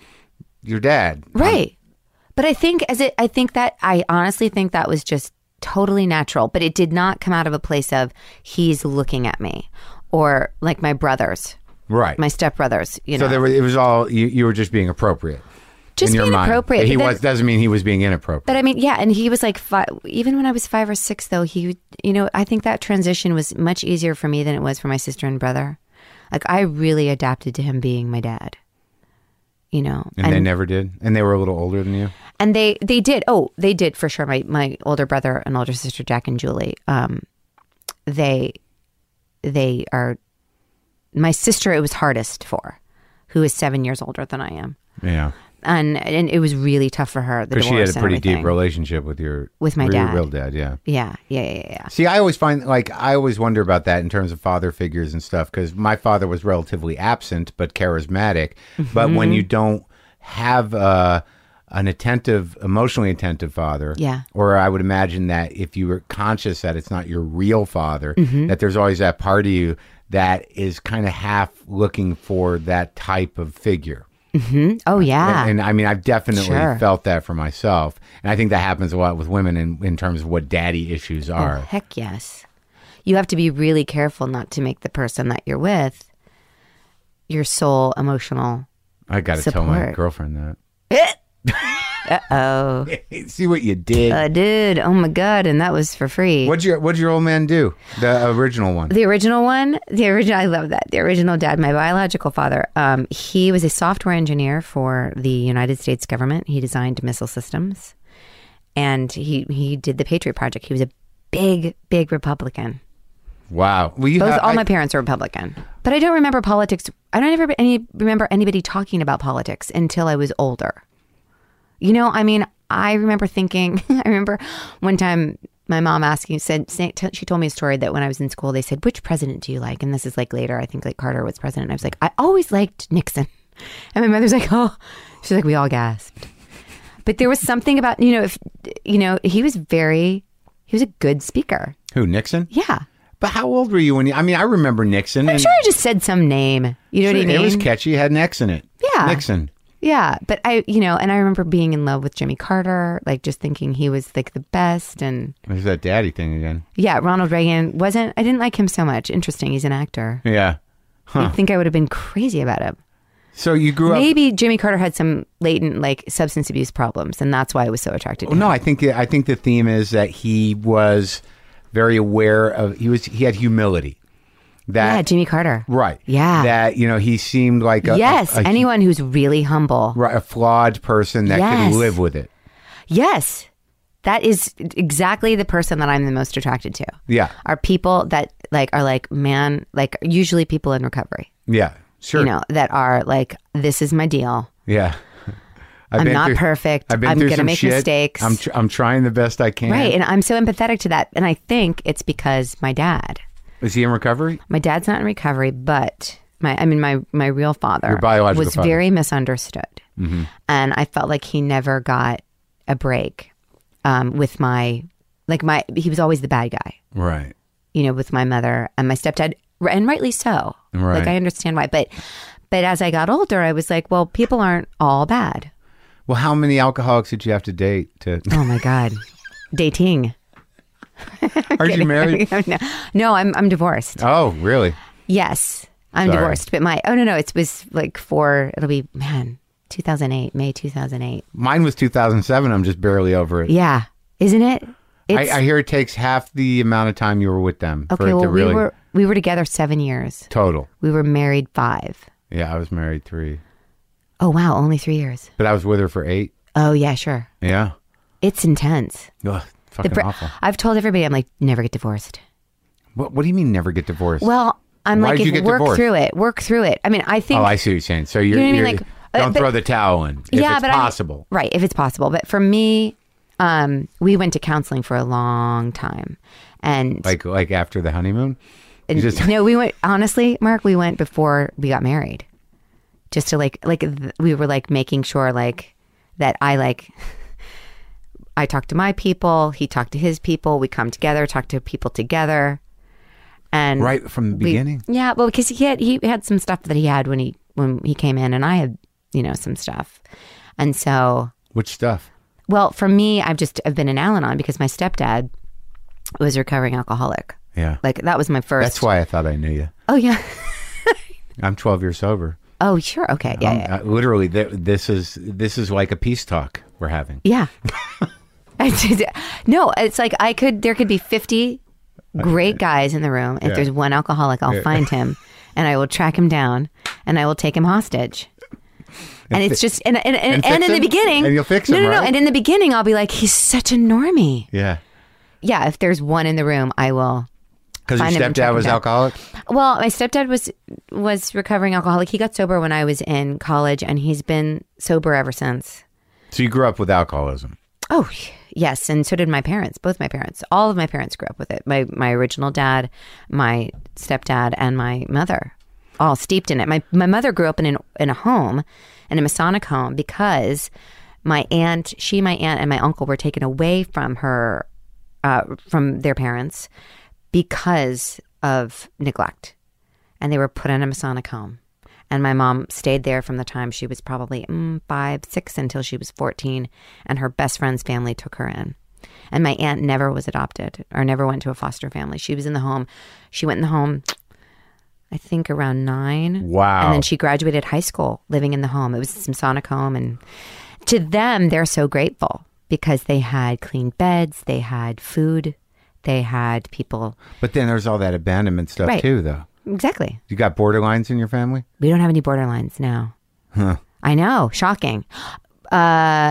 B: your dad.
D: right? but I think as it, I think that I honestly think that was just totally natural. But it did not come out of a place of he's looking at me, or like my brothers,
B: Right.
D: my stepbrothers. You know,
B: so there was, it was all, you, you were just being appropriate.
D: just
B: in your
D: being
B: mind.
D: appropriate.
B: He
D: but
B: was
D: then-
B: doesn't mean he was being inappropriate.
D: But I mean, yeah, and he was like five. Even when I was five or six, though, he, you know, I think that transition was much easier for me than it was for my sister and brother. Like I really adapted to him being my dad. You know,
B: and, they never did. And they were a little older than you.
D: and they they did. Oh, they did for sure. My my older brother and older sister, Jack and Julie. Um, they they are my sister. It was hardest for, who is seven years older than I am,
B: Yeah.
D: and and it was really tough for her. The
B: Because she had
D: divorce
B: a
D: and
B: pretty
D: everything.
B: deep relationship with your
D: With my
B: your
D: dad.
B: real dad, yeah.
D: Yeah, yeah, yeah, yeah, yeah.
B: See, I always find like I always wonder about that in terms of father figures and stuff because my father was relatively absent but charismatic. But
D: Mm-hmm.
B: when you don't have uh, an attentive, emotionally attentive father,
D: Yeah.
B: or I would imagine that if you were conscious that it's not your real father,
D: Mm-hmm.
B: that there's always that part of you that is kind of half looking for that type of figure.
D: Oh yeah.
B: And, and, I mean, I've definitely
D: Sure.
B: felt that for myself. And I think that happens a lot with women in, in terms of what daddy issues are.
D: Heck yes. You have to be really careful not to make the person that you're with your sole emotional.
B: I got to tell my
D: Support.
B: girlfriend that.
D: Oh,
B: See what you did.
D: uh, dude. Oh my God. And that was for free.
B: what'd your What'd your old man do? The original one.
D: The original one, the original, I love that. The original dad, my biological father, um, he was a software engineer for the United States government. He designed missile systems and he, he did the Patriot Project. He was a big, big Republican.
B: Wow. Well, you
D: Both,
B: have-
D: all
B: I-
D: my parents are Republican, but I don't remember politics. I don't ever any remember anybody talking about politics until I was older. You know, I mean, I remember thinking. I remember one time my mom asking said say- t- she told me a story that when I was in school they said which president do you like and this is like later I think like Carter was president and I was like I always liked Nixon and my mother's like oh she's like we all gasped but there was something about you know if you know he was very he was a good speaker
B: Who Nixon?
D: yeah
B: But how old were you when you? I mean, I remember Nixon.
D: I'm
B: and
D: sure I just said some name you know what I mean
B: It was catchy. Had an X in it.
D: Yeah.
B: Nixon.
D: Yeah, but I, you know, and I remember being in love with Jimmy Carter, like just thinking he was like the best. And
B: There's that daddy thing again.
D: yeah, Ronald Reagan wasn't, I didn't like him so much. Interesting. He's an actor.
B: Yeah.
D: You'd think I would have been crazy about him.
B: So you grew up.
D: Maybe Jimmy Carter had some latent like substance abuse problems, and that's why I was so attracted to
B: Well,
D: him.
B: no, I think I think the theme is that he was very aware of he was he had humility. That
D: Yeah, Jimmy Carter.
B: right.
D: Yeah.
B: That you know he seemed like a
D: yes,
B: a, a,
D: anyone who's really humble.
B: right, a flawed person that
D: Yes.
B: could live with it.
D: Yes, that is exactly the person that I'm the most attracted to.
B: Yeah.
D: Are people that like are like, man, like usually people in recovery.
B: Yeah. Sure.
D: you know, that are like, this is my deal.
B: yeah. I've
D: I'm
B: been
D: not
B: through-
D: perfect.
B: I've been
D: I'm
B: through
D: gonna
B: some
D: make
B: shit.
D: mistakes.
B: I'm tr- I'm trying the best I can.
D: Right. And I'm so empathetic to that. And I think it's because my dad.
B: Is he in recovery?
D: My dad's not in recovery, but my I mean my my real father
B: biological
D: was
B: father. Mm-hmm.
D: very misunderstood. And I felt like he never got a break um, with my like my he was always the bad guy.
B: Right.
D: you know, with my mother and my stepdad, and rightly so.
B: Right.
D: Like I understand why, but but as I got older, I was like, well, people aren't all bad.
B: Well, how many alcoholics did you have to date to?
D: Oh my god, dating.
B: Are you married?
D: no, no, I'm I'm divorced.
B: Oh, really?
D: Yes, I'm
B: Sorry.
D: divorced. But my oh no no, it was like four. It'll be man, 2008, May 2008.
B: Mine was 2007. I'm just barely over it.
D: Yeah, isn't it? It's
B: I, I hear it takes half the amount of time you were with them for
D: okay.
B: it
D: Well,
B: to really
D: we were we were together seven years.
B: total.
D: We were married five.
B: Yeah, I was married three,
D: Oh wow, only three years.
B: but I was with her for eight.
D: Oh yeah, sure.
B: Yeah,
D: It's intense.
B: Ugh,
D: The
B: fucking
D: br-
B: awful.
D: I've told everybody I'm like never get divorced.
B: What, what do you mean never get divorced?
D: Well, I'm
B: Why
D: like
B: did you
D: if
B: get
D: work
B: divorced?
D: through it, work through it. I mean, I think
B: oh, I see what you're saying. So you're,
D: know what I mean?
B: you're
D: Like, uh,
B: don't
D: but-
B: throw the towel in if
D: yeah,
B: it's
D: but I-
B: possible.
D: right, if it's possible. But for me, um, we went to counseling for a long time, and,
B: like like after the honeymoon. You
D: and
B: just-
D: no, we went honestly, Mark. We went before we got married, just to like like th- we were like making sure like that I like. I talked to my people. He talked to his people. We come together, talk to people together, and
B: Right from the
D: we-
B: beginning.
D: yeah, well, because he had he had some stuff that he had when he when he came in, and I had you know some stuff, and so
B: Which stuff?
D: well for me, I've just I've been in Al-Anon because my stepdad was a recovering alcoholic.
B: Yeah,
D: Like that was my first.
B: that's why I thought I knew you.
D: Oh yeah.
B: I'm 12 years sober.
D: Oh sure. Okay. Yeah. yeah.
B: Uh, literally, th- this is this is like a peace talk we're having.
D: Yeah.
B: Oh,
D: I did- no, it's like I could. There could be fifty great guys in the room. If
B: Yeah.
D: there's one alcoholic, I'll find him, and I will track him down, and I will take him hostage. And, it's just and and,
B: and
D: and, and,
B: fix
D: in the
B: him?
D: beginning,
B: And you'll fix
D: no,
B: him,
D: no, no.
B: right?
D: And in the beginning, I'll be like, he's such a normie.
B: Yeah,
D: Yeah, if there's one in the room, I will.
B: because your
D: Find him and track
B: stepdad
D: him
B: was
D: down.
B: alcoholic.
D: Well, my stepdad was was recovering alcoholic. He got sober when I was in college, and he's been sober ever since.
B: So you grew up with alcoholism.
D: Oh, yes, and so did my parents. Both my parents, all of my parents grew up with it. My my original dad, my stepdad, and my mother, all steeped in it. My my mother grew up in an, in a home, in a Masonic home, because my aunt, she, my aunt, and my uncle were taken away from her, uh, from their parents, because of neglect, and they were put in a Masonic home. And my mom stayed there from the time she was probably mm, five, six until she was 14. And her best friend's family took her in. And my aunt never was adopted or never went to a foster family. She was in the home. She went in the home, I think, around nine.
B: Wow.
D: And then she graduated high school living in the home. It was some Sonic home. And to them, they're so grateful because they had clean beds, they had food, they had people.
B: But then there's all that abandonment stuff
D: Right.
B: too, though.
D: Exactly.
B: You got borderlines in your family?
D: We don't have any borderlines now. I know, shocking. Uh,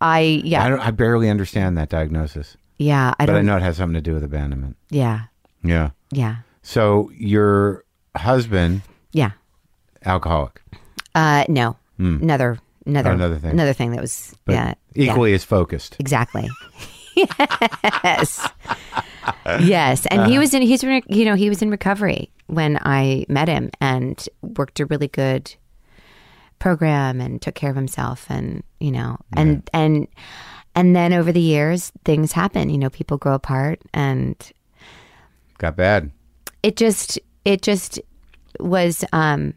D: I yeah
B: I don't. I barely understand that diagnosis,
D: yeah I
B: but
D: don't
B: I know it has something to do with abandonment.
D: yeah
B: Yeah.
D: yeah
B: So your husband,
D: yeah
B: alcoholic,
D: uh no another another
B: Hmm. Another thing.
D: another thing that was
B: but
D: yeah yeah,
B: equally as focused.
D: exactly yes. yes. And he was in, he's, re- you know, he was in recovery when I met him and worked a really good program and took care of himself and, you know, and, and, and then over the years, things happen. You know, people grow apart and
B: Got bad.
D: it just it just was um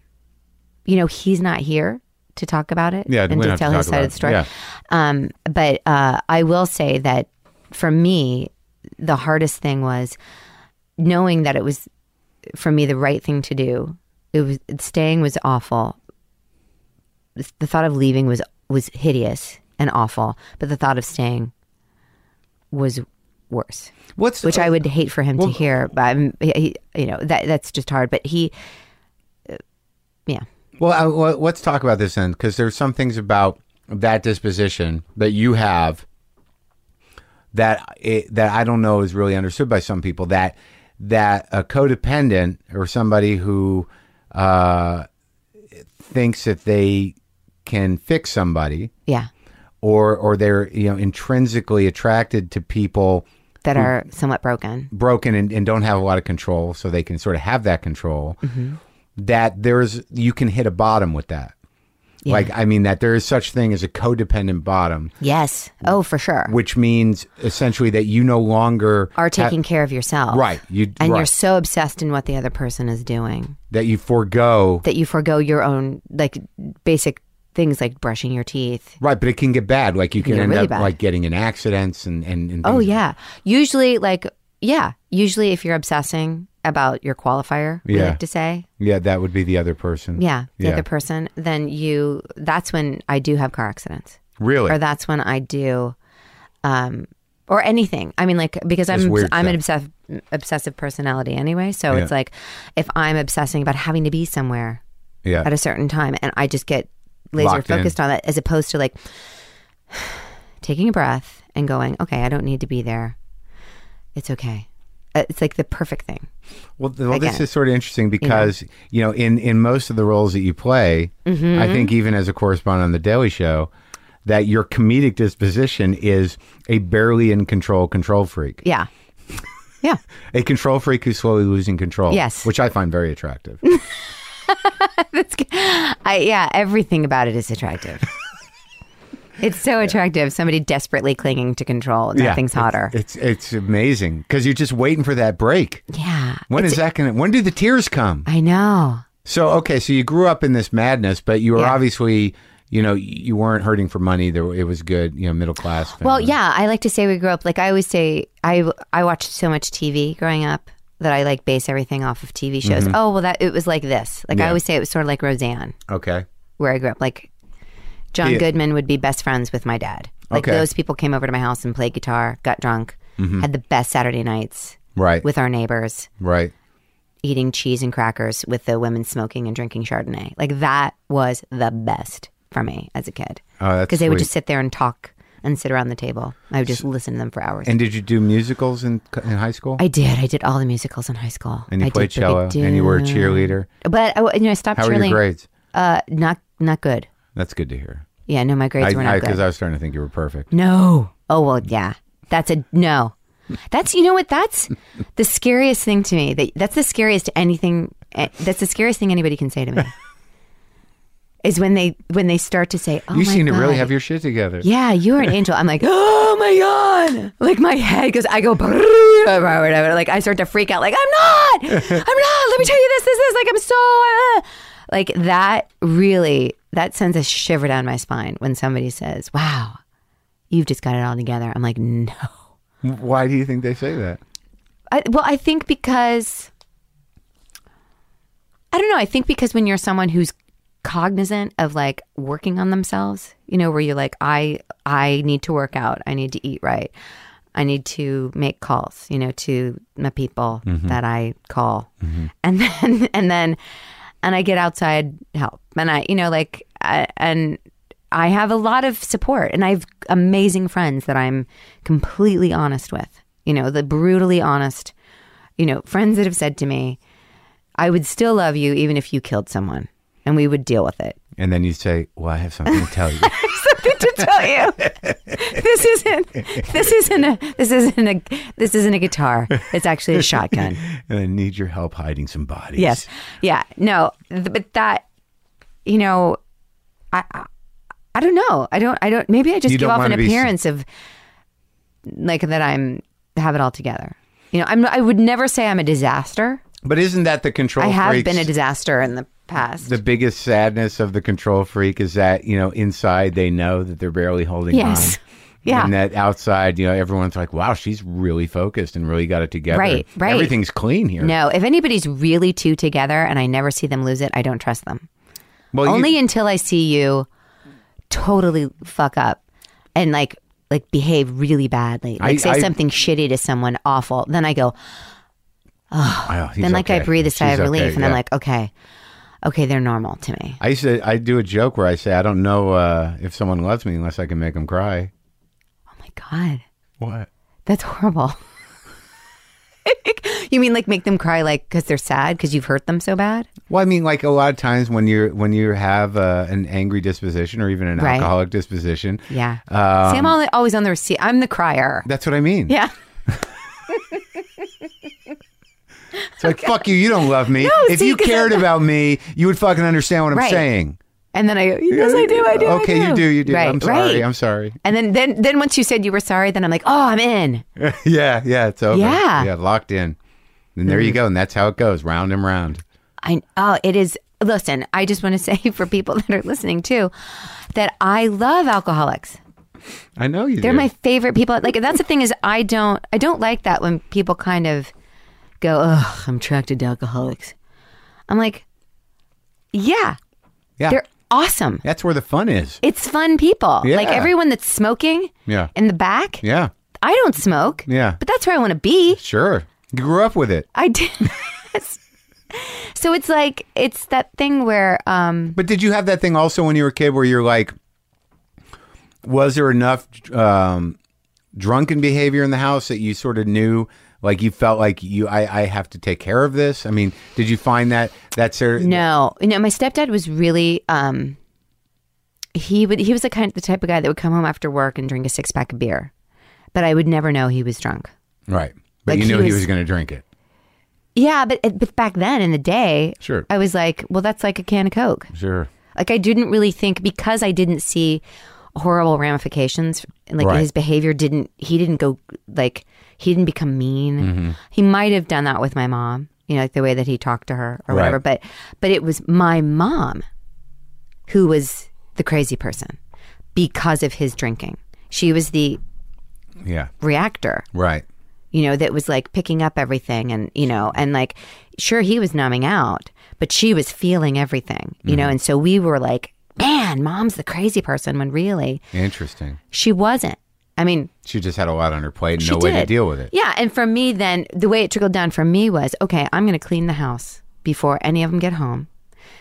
D: you know he's not here to talk about it
B: Yeah, we
D: and
B: don't
D: to
B: have to
D: tell
B: talk
D: his side
B: about
D: of
B: it.
D: the story
B: Yeah.
D: um but uh i will say that for me the hardest thing was knowing that it was for me the right thing to do it was staying was awful the thought of leaving was was hideous and awful but the thought of staying was worse
B: What's
D: which I would hate for him to hear. But I'm, he, he- you know, that that's just hard. But he, uh, yeah,
B: Well, I, well, let's talk about this then, because there's some things about that disposition that you have that it, that I don't know is really understood by some people. That that a codependent or somebody who uh, thinks that they can fix somebody
D: yeah,
B: or or they're you know intrinsically attracted to people
D: that are somewhat broken.
B: broken and, and don't have a lot of control, so they can sort of have that control.
D: Mm-hmm.
B: That there's you can hit a bottom with that.
D: Yeah.
B: Like I mean that there is such thing as a codependent bottom,
D: Yes. Oh, for sure.
B: which means essentially that you no longer
D: Are taking care of yourself,
B: Right, you-
D: and you're
B: right.
D: so obsessed in what the other person is doing
B: that you forego
D: that you forego your own like basic things like brushing your teeth.
B: right, but it can get bad. Like you can
D: get
B: end
D: really
B: up
D: bad.
B: like getting in accidents and and, and
D: Oh
B: things-
D: yeah. Usually, like yeah. Usually, if you're obsessing about your qualifier, we
B: Yeah.
D: like to say,
B: yeah, that would be the other person.
D: yeah, the
B: Yeah.
D: other person, then you. That's when I do have car accidents.
B: really.
D: or that's when I do, um, or anything. I mean, like because I'm
B: weird
D: I'm an obsessive obsessive personality anyway, so it's
B: Yeah.
D: like if I'm obsessing about having to be somewhere
B: yeah,
D: at a certain time, and I just get laser
B: Locked in.
D: focused on that, as opposed to like taking a breath and going, okay, I don't need to be there. It's okay. Uh, It's like the perfect thing.
B: Well, th- well this
D: Again.
B: is sort of interesting because you know, in in most of the roles that you play, I
D: Mm-hmm.
B: think even as a correspondent on the Daily Show, that your comedic disposition is a barely in control control freak,
D: Yeah. Yeah.
B: a control freak who's slowly losing control.
D: Yes.
B: which I find very attractive.
D: I yeah, everything about it is attractive. it's so attractive. Somebody desperately clinging to control. Nothing's
B: it's-
D: hotter.
B: It's it's, amazing because you're just waiting for that break.
D: yeah.
B: When is that gonna? When do the tears come?
D: I know.
B: So okay, so you grew up in this madness, but you were
D: Yeah.
B: obviously. You know, you weren't hurting for money. There, it was good. You know, middle class.
D: Well,
B: family.
D: yeah, I like to say we grew up like I always say I I watched so much TV growing up that I like base everything off of TV shows. Oh, well that it was like this. Like
B: Mm-hmm. Yeah.
D: I always say it was sort of like Roseanne
B: Okay.
D: where I grew up like John
B: Yeah.
D: Goodman would be best friends with my dad. Like
B: Okay. Mm-hmm.
D: those people came over to my house and played guitar, got drunk, had the best Saturday nights
B: Right.
D: with our neighbors.
B: Right.
D: eating cheese and crackers with the women smoking and drinking Chardonnay. Like that was the best for me as a kid.
B: Oh, that's
D: Because they would
B: sweet.
D: just sit there and talk and sit around the table. I would just listen to them for hours.
B: And did you do musicals in in high school?
D: I did. I did all the musicals in high school.
B: and you
D: I
B: played
D: did
B: cello,
D: Brigadoon.
B: and you were a cheerleader.
D: But I, you know, I stopped
B: How were your
D: cheerleading.
B: grades?
D: Uh, not not good.
B: That's good to hear.
D: Yeah, no, my grades
B: Because
D: were
B: I,
D: not good.
B: because I was starting to think you were perfect.
D: No. Oh well, yeah. That's a no. That's you know what? That's the scariest thing to me. That that's the scariest anything. eh, That's the scariest thing anybody can say to me. is when they when they start to say, "Oh
B: you
D: my
B: seem to really
D: God.
B: have your shit together.
D: Yeah, you are an angel. I'm like, oh my god! Like my head goes, I go, brrrr, or whatever. Like I start to freak out. Like I'm not, I'm not. Let me tell you this, this, this. Like I'm so, uh," like that. Really, that sends a shiver down my spine when somebody says, "Wow, you've just got it all together." I'm like, no.
B: Why do you think they say that?
D: I, well, I think because I don't know. I think because when you're someone who's cognizant of like working on themselves, you know, where you're like, I I need to work out. I need to eat right. I need to make calls, you know, to my people that I call, and then and then and I get outside help, and I, you know, like, I, and I have a lot of support, and I have amazing friends that I'm completely honest with, you know, the brutally honest, you know, friends that have said to me, I would still love you even if you killed someone. and we would deal with it.
B: And then you say, "Well, I have something to tell you."
D: Something to tell you. This isn't. This isn't a. This isn't a. This isn't a guitar. It's actually a shotgun.
B: and I need your help hiding some bodies.
D: Yes. Yeah. No. th- But that, you know, I, I, I don't know. I don't. I don't. Maybe I just
B: You
D: give
B: don't
D: off an
B: wanna be s-
D: appearance of, like that I'm have it all together. You know, I'm. I would never say I'm a disaster.
B: But isn't that the control?
D: I have
B: freaks?
D: been a disaster in the past.
B: the biggest sadness of the control freak is that you know inside they know that they're barely holding
D: Yes.
B: on.
D: Yeah.
B: And that outside, you know, everyone's like, "Wow, she's really focused and really got it together.
D: Right, right.
B: Everything's clean here."
D: no, if anybody's really two together and I never see them lose it, I don't trust them.
B: well, you-
D: Only until I see you totally fuck up and like like behave really badly, like
B: I-
D: say
B: I-
D: something shitty to someone awful. Then I go,
B: oh, he's
D: then like I
B: okay.
D: breathe a sigh
B: She's
D: of relief,
B: okay,
D: and
B: yeah.
D: I'm like, okay, okay, they're normal to me.
B: I used to, I do a joke where I say, "I don't know uh, if someone loves me unless I can make them cry."
D: Oh my god,
B: What?
D: that's horrible. you mean like make them cry like because they're sad because you've hurt them so bad?
B: Well, I mean, like a lot of times when you're when you have uh, an angry disposition or even an
D: Right.
B: alcoholic disposition,
D: Yeah.
B: Uh,
D: See, I'm al- always on the receipt. I'm the crier.
B: that's what I mean.
D: Yeah.
B: It's like fuck you, you don't love me. if
D: see,
B: you
D: 'cause
B: cared
D: I-
B: about me, you would fucking understand what I'm
D: Right.
B: saying.
D: And then I go, yes, I do, I do. I
B: okay, you do, you do.
D: Right,
B: I'm sorry.
D: right.
B: I'm sorry.
D: And then, then, then once you said you were sorry, then I'm like, oh, I'm in.
B: yeah, yeah, it's over.
D: Yeah.
B: yeah, locked in. And there you go. And that's how it goes, round and round.
D: I oh, it is. Listen, I just want to say for people that are listening too, that I love alcoholics.
B: I know you.
D: They're
B: do.
D: my favorite people. Like that's the thing is, I don't, I don't like that when people kind of go, "Oh, I'm attracted to alcoholics." I'm like, yeah,
B: yeah.
D: they're awesome.
B: That's where the fun is.
D: It's fun people.
B: Yeah.
D: Like everyone that's smoking
B: Yeah.
D: in the back.
B: Yeah,
D: I don't smoke.
B: Yeah.
D: But that's where I want to be.
B: sure. You grew up with it,
D: I did. so it's like it's that thing where um
B: but did you have that thing also when you were a kid where you're like, was there enough um, drunken behavior in the house that you sort of knew? Like you felt like you, I, I have to take care of this. I mean, did you find that that's there?
D: no no my stepdad was really um he would he was the kind the type of guy that would come home after work and drink a six pack of beer, but I would never know he was drunk.
B: right? But
D: Like
B: you knew
D: he
B: he was,
D: was-
B: going to drink it.
D: Yeah, but but back then in the day,
B: Sure.
D: I was like, well, that's like a can of Coke.
B: Sure.
D: Like I didn't really think because I didn't see horrible ramifications. Like
B: Right.
D: his behavior didn't. He didn't go like he didn't become mean.
B: Mm-hmm.
D: He might have done that with my mom. You know, like the way that he talked to her or
B: Right.
D: whatever. But but it was my mom who was the crazy person because of his drinking. She was the
B: Yeah.
D: reactor
B: Right.
D: you know, that was like picking up everything and, you know, and like, sure, he was numbing out, but she was feeling everything, you
B: Mm-hmm.
D: know, and so we were like, man, mom's the crazy person when really
B: Interesting.
D: she wasn't. I mean,
B: She just had a lot on her plate and
D: she
B: no
D: did.
B: way to deal with it.
D: Yeah. And for me, then the way it trickled down for me was okay, I'm going to clean the house before any of them get home,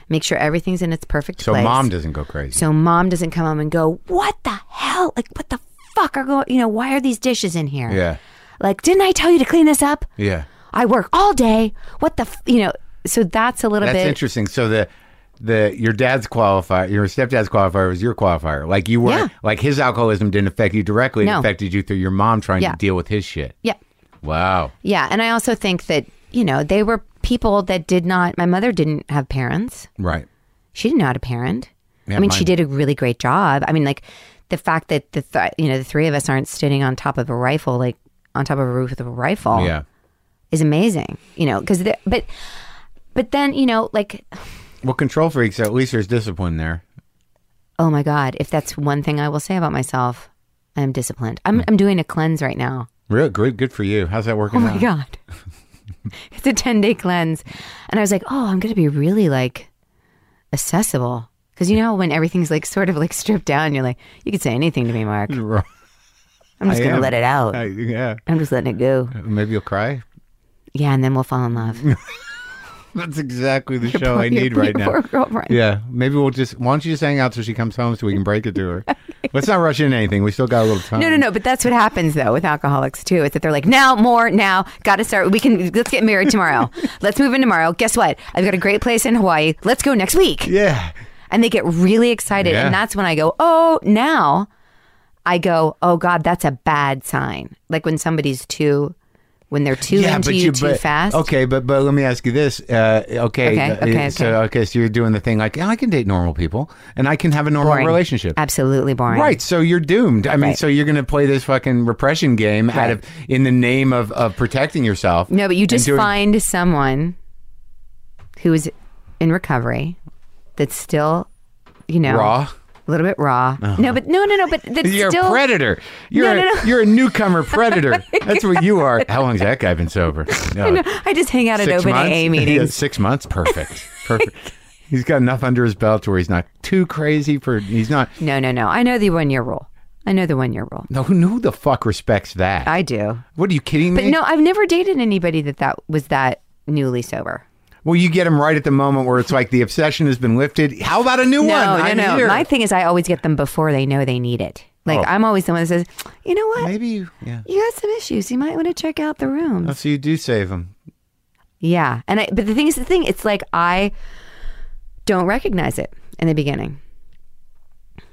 D: make sure everything's in its perfect
B: So
D: place.
B: mom doesn't go crazy.
D: So mom doesn't come home and go, what the hell? Like, what the fuck are going, you know, why are these dishes in here?
B: yeah.
D: Like, didn't I tell you to clean this up?
B: Yeah.
D: I work all day. What the, f-? you know, so that's a little
B: That's
D: bit.
B: interesting. So the the your dad's qualifier, your stepdad's qualifier was your qualifier. Like you were
D: Yeah.
B: not like his alcoholism didn't affect you directly, it
D: No.
B: affected you through your mom trying
D: Yeah.
B: to deal with his shit.
D: Yeah.
B: Wow.
D: Yeah. And I also think that, you know, they were people that did not, my mother didn't have parents.
B: Right.
D: She didn't know how to parent.
B: Yeah,
D: I mean, she
B: mine-
D: did a really great job. I mean, like the fact that the, th- you know, the three of us aren't sitting on top of a rifle, like on top of a roof with a rifle
B: Yeah.
D: is amazing, you know, because, but, but then, you know, like,
B: Well, control freaks, at least there's discipline there.
D: oh my God, if that's one thing I will say about myself, I'm disciplined. I'm,
B: Hmm.
D: I'm doing a cleanse right now.
B: Real good good for you. How's that working
D: Oh my
B: out?
D: god. it's a 10 day cleanse. And I was like, "Oh, I'm going to be really like accessible." Cuz you know when everything's like sort of like stripped down, you're like, "You could say anything to me, Mark.
B: Right.
D: I'm just
B: I
D: going to
B: am.
D: let it out.
B: Uh, yeah.
D: I'm just letting it go."
B: Maybe you'll cry.
D: Yeah, and then we'll fall in love.
B: That's exactly the show
D: poor-
B: I
D: your-
B: need right
D: your
B: now.
D: poor girlfriend.
B: Yeah, maybe we'll just why don't you just hang out till she comes home so we can break it to her. Let's not rush into anything. We still got a little time.
D: No, no, no. But that's what happens though with alcoholics too. Is that they're like, now more, now got to start. We can let's get married tomorrow. let's move in tomorrow. Guess what? I've got a great place in Hawaii. Let's go next week.
B: Yeah,
D: And they get really excited,
B: Yeah.
D: and that's when I go, oh, now I go, oh God, that's a bad sign. Like when somebody's too, when they're too
B: yeah,
D: into you, too
B: but-
D: fast.
B: Okay, but but let me ask you this. Uh, okay,
D: Okay,
B: uh,
D: okay,
B: so okay, so you're doing the thing like "Oh, I can date normal people and I can have a normal
D: Boring.
B: relationship.
D: Absolutely boring.
B: Right, so you're doomed. I mean,
D: Right.
B: so you're going to play this fucking repression game out of in the name of, of protecting yourself.
D: No, but you
B: and
D: just
B: doing-
D: find someone who is in recovery that's still, you know,
B: Raw? Uh-huh.
D: a little bit raw. No, but no, no, no, but that's
B: You're
D: still
B: a predator. You're
D: No, no,
B: a,
D: no.
B: you're a newcomer predator. That's what you are. How long's that guy been sober? No,
D: I just hang out at open AA
B: Yeah,
D: meetings.
B: six months, perfect, perfect. he's got enough under his belt where he's not too crazy for. He's not.
D: No, no, no. I know the one year rule. I know the one year rule.
B: No, who, who the fuck respects that?
D: I do.
B: what are you kidding
D: But
B: me?
D: no, I've never dated anybody that that was that newly sober.
B: Well, you get him right at the moment where it's like the obsession has been lifted. How about a new
D: No,
B: one?
D: no,
B: I'm
D: no.
B: here.
D: My thing is, I always get them before they know they need it. Like
B: Oh.
D: I'm always the one that says, you know what,
B: Maybe you. Yeah.
D: you got some issues. You might want to check out the rooms.
B: Oh, so you do save him.
D: Yeah. And I, but the thing is, the thing, it's like I don't recognize it in the beginning.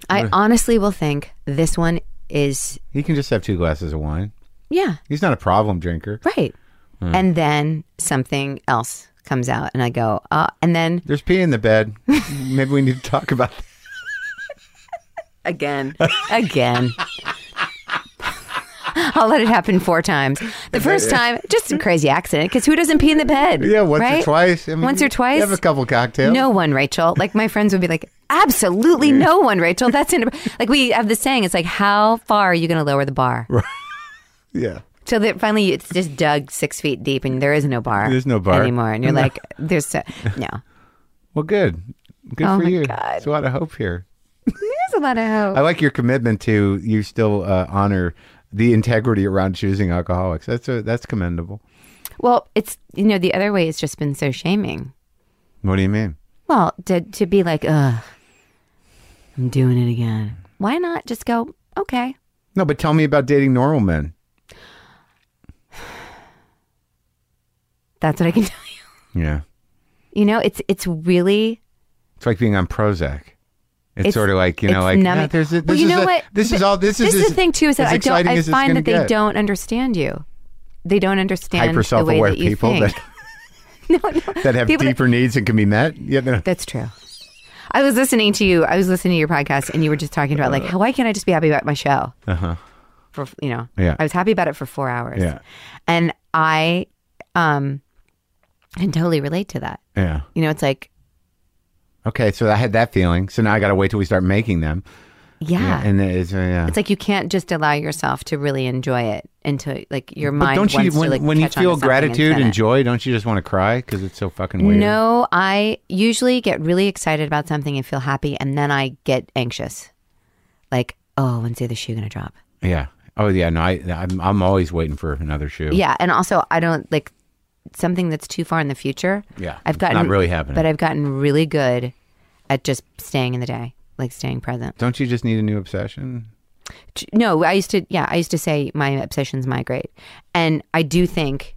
D: I honestly will think this one is,
B: He can just have two glasses of wine.
D: yeah,
B: He's not a problem drinker.
D: right. And then something else comes out and I go, uh, and then
B: There's pee in the bed. Maybe we need to talk about that.
D: again, again. I'll let it happen four times. The first time, just a crazy accident, because who doesn't pee in the bed?
B: Yeah, once
D: right?
B: or twice. I mean,
D: Once or
B: you
D: twice?
B: Have a couple cocktails.
D: No one, Rachel. Like my friends would be like, absolutely no one, Rachel. That's in like we have this saying. It's like, how far are you going to lower the bar?
B: Yeah.
D: So that finally it's just dug six feet deep, and there is no bar.
B: There's no bar.
D: anymore, and you're like, there's so, no.
B: Well, good. Good
D: Oh
B: for
D: my
B: you.
D: God.
B: There's a lot of hope here.
D: There's a lot of hope.
B: I like your commitment to you still uh, honor the integrity around choosing alcoholics. That's a, that's commendable.
D: well, it's you know the other way. It's just been so shaming.
B: What do you mean?
D: Well, to to be like, ugh, I'm doing it again. Why not just go? Okay,
B: No, but tell me about dating normal men.
D: that's what I can tell
B: Yeah.
D: you. You know, it's it's really
B: It's like being on Prozac. It's,
D: It's-
B: sort of like you know,
D: it's
B: like
D: numbing.
B: "Ah, there's a,
D: Well,
B: this
D: you
B: is
D: know
B: a-
D: what?
B: This is
D: But
B: all. This,
D: this
B: is
D: the thing too is that
B: as
D: I don't.
B: exciting
D: I
B: as it's
D: find
B: gonna
D: that they
B: get.
D: don't understand you. They don't understand
B: hyper
D: the way
B: self-aware
D: that you
B: people
D: think.
B: that
D: no, no,
B: that have
D: people
B: deeper needs and can be met. Yeah. no.
D: that's true. I was listening to you. I was listening to your podcast, and you were just talking about like,
B: Uh.
D: why can't I just be happy about my show? Uh huh. For you know,
B: Uh-huh. Yeah.
D: I was happy about it for four hours.
B: Yeah.
D: and I um can totally relate to that.
B: Yeah.
D: You know, it's like
B: Okay. So I had that feeling. So now I got to wait till we start making them.
D: yeah.
B: And it's, uh, yeah.
D: it's like you can't just allow yourself to really enjoy it until like your
B: But
D: mind.
B: don't you
D: wants to,
B: when,
D: like,
B: when you
D: catch onto
B: feel
D: something
B: gratitude
D: spin
B: and
D: it.
B: joy, don't you just want to cry because it's so fucking weird?
D: No, I usually get really excited about something and feel happy, and then I get anxious. Like, oh, when's the other shoe gonna drop?
B: Yeah. Oh yeah. No. I I'm, I'm always waiting for another shoe.
D: Yeah, and also I don't like something that's too far in the future.
B: Yeah,
D: I've
B: it's not
D: gotten
B: really happening.
D: but I've gotten really good at just staying in the day, like staying present.
B: Don't you just need a new obsession?
D: T- No, I used to, yeah, I used to say my obsessions migrate, and I do think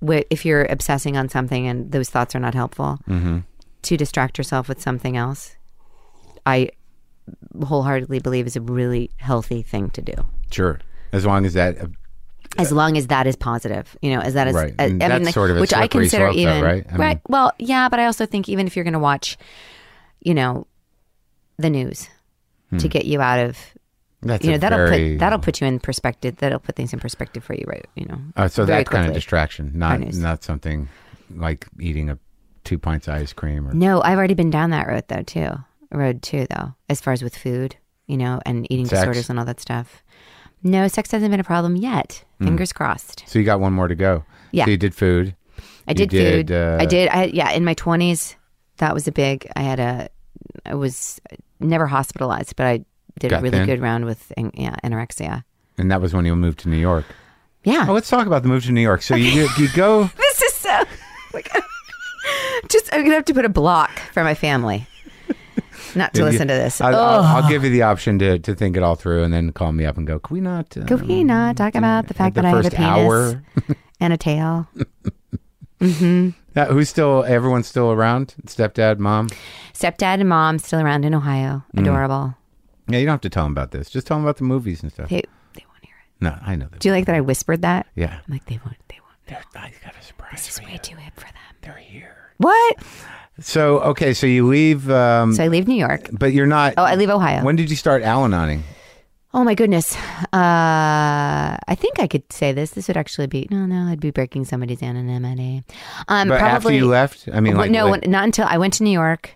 D: wh- if you're obsessing on something and those thoughts are not helpful,
B: Mm-hmm.
D: to distract yourself with something else, I wholeheartedly believe is a really healthy thing to do.
B: Sure. As long as that. uh,
D: As long as that is positive, you know, as that is, uh,
B: Right.
D: I- I
B: And
D: mean,
B: that's
D: like,
B: sort of a
D: which I
B: slippery
D: consider
B: slope, though,
D: even
B: right? I mean-
D: right. Well, yeah, but I also think even if you're going to watch, you know, the news to get you out of
B: That's
D: you
B: Hmm. a
D: know that'll
B: very,
D: put that'll put you in perspective that'll put things in perspective for you right you know
B: Uh, so
D: very
B: that kind of
D: quickly.
B: distraction, not
D: news.
B: not something like eating a two pints of ice cream or
D: no i've already been down that road though too road too though as far as with food you know and eating
B: Sex?
D: disorders and all that stuff no sex hasn't been a problem yet
B: Hmm.
D: fingers crossed
B: So you got one more to go.
D: Yeah.
B: So you did food.
D: i did,
B: did,
D: food i
B: uh,
D: did i yeah in my 20s that was a big i had a i was never hospitalized but i did a
B: Got
D: really
B: thin?
D: good round with an- yeah, anorexia
B: And that was when you moved to New York.
D: yeah
B: Oh, let's talk about the move to New York. So you you go
D: this is so I'm going to have to put a block for my family not
B: If
D: to
B: you-
D: listen to this.
B: I, will I'll give you the option to, to think it all through and then call me up and go, can we not? Uh,
D: Could we not talk about the fact
B: the
D: that I have a
B: first
D: penis
B: hour?
D: and a tail?
B: That- who's still, everyone's still around? Stepdad, mom?
D: Stepdad and mom still around in Ohio.
B: Mm.
D: Adorable.
B: Yeah, you don't have to tell them about this. Just tell them about the movies and stuff.
D: They they won't hear it.
B: No, I know that.
D: Do you like that I whispered that?
B: yeah.
D: I'm like they won't. They won't.
B: They're, I got a surprise
D: It's
B: for you.
D: way too hip for them.
B: They're here.
D: What?
B: So, okay, so you leave, um,
D: So I leave New York.
B: but you're not.
D: Oh, I leave Ohio.
B: When did you start Al Anoning?
D: Oh my goodness. Uh, I think I could say this. This would actually be no, no. I'd be breaking somebody's anonymity. Um,
B: But
D: probably
B: after you left? I mean,
D: Well,
B: like.
D: no,
B: like-
D: when- not until I went to New York.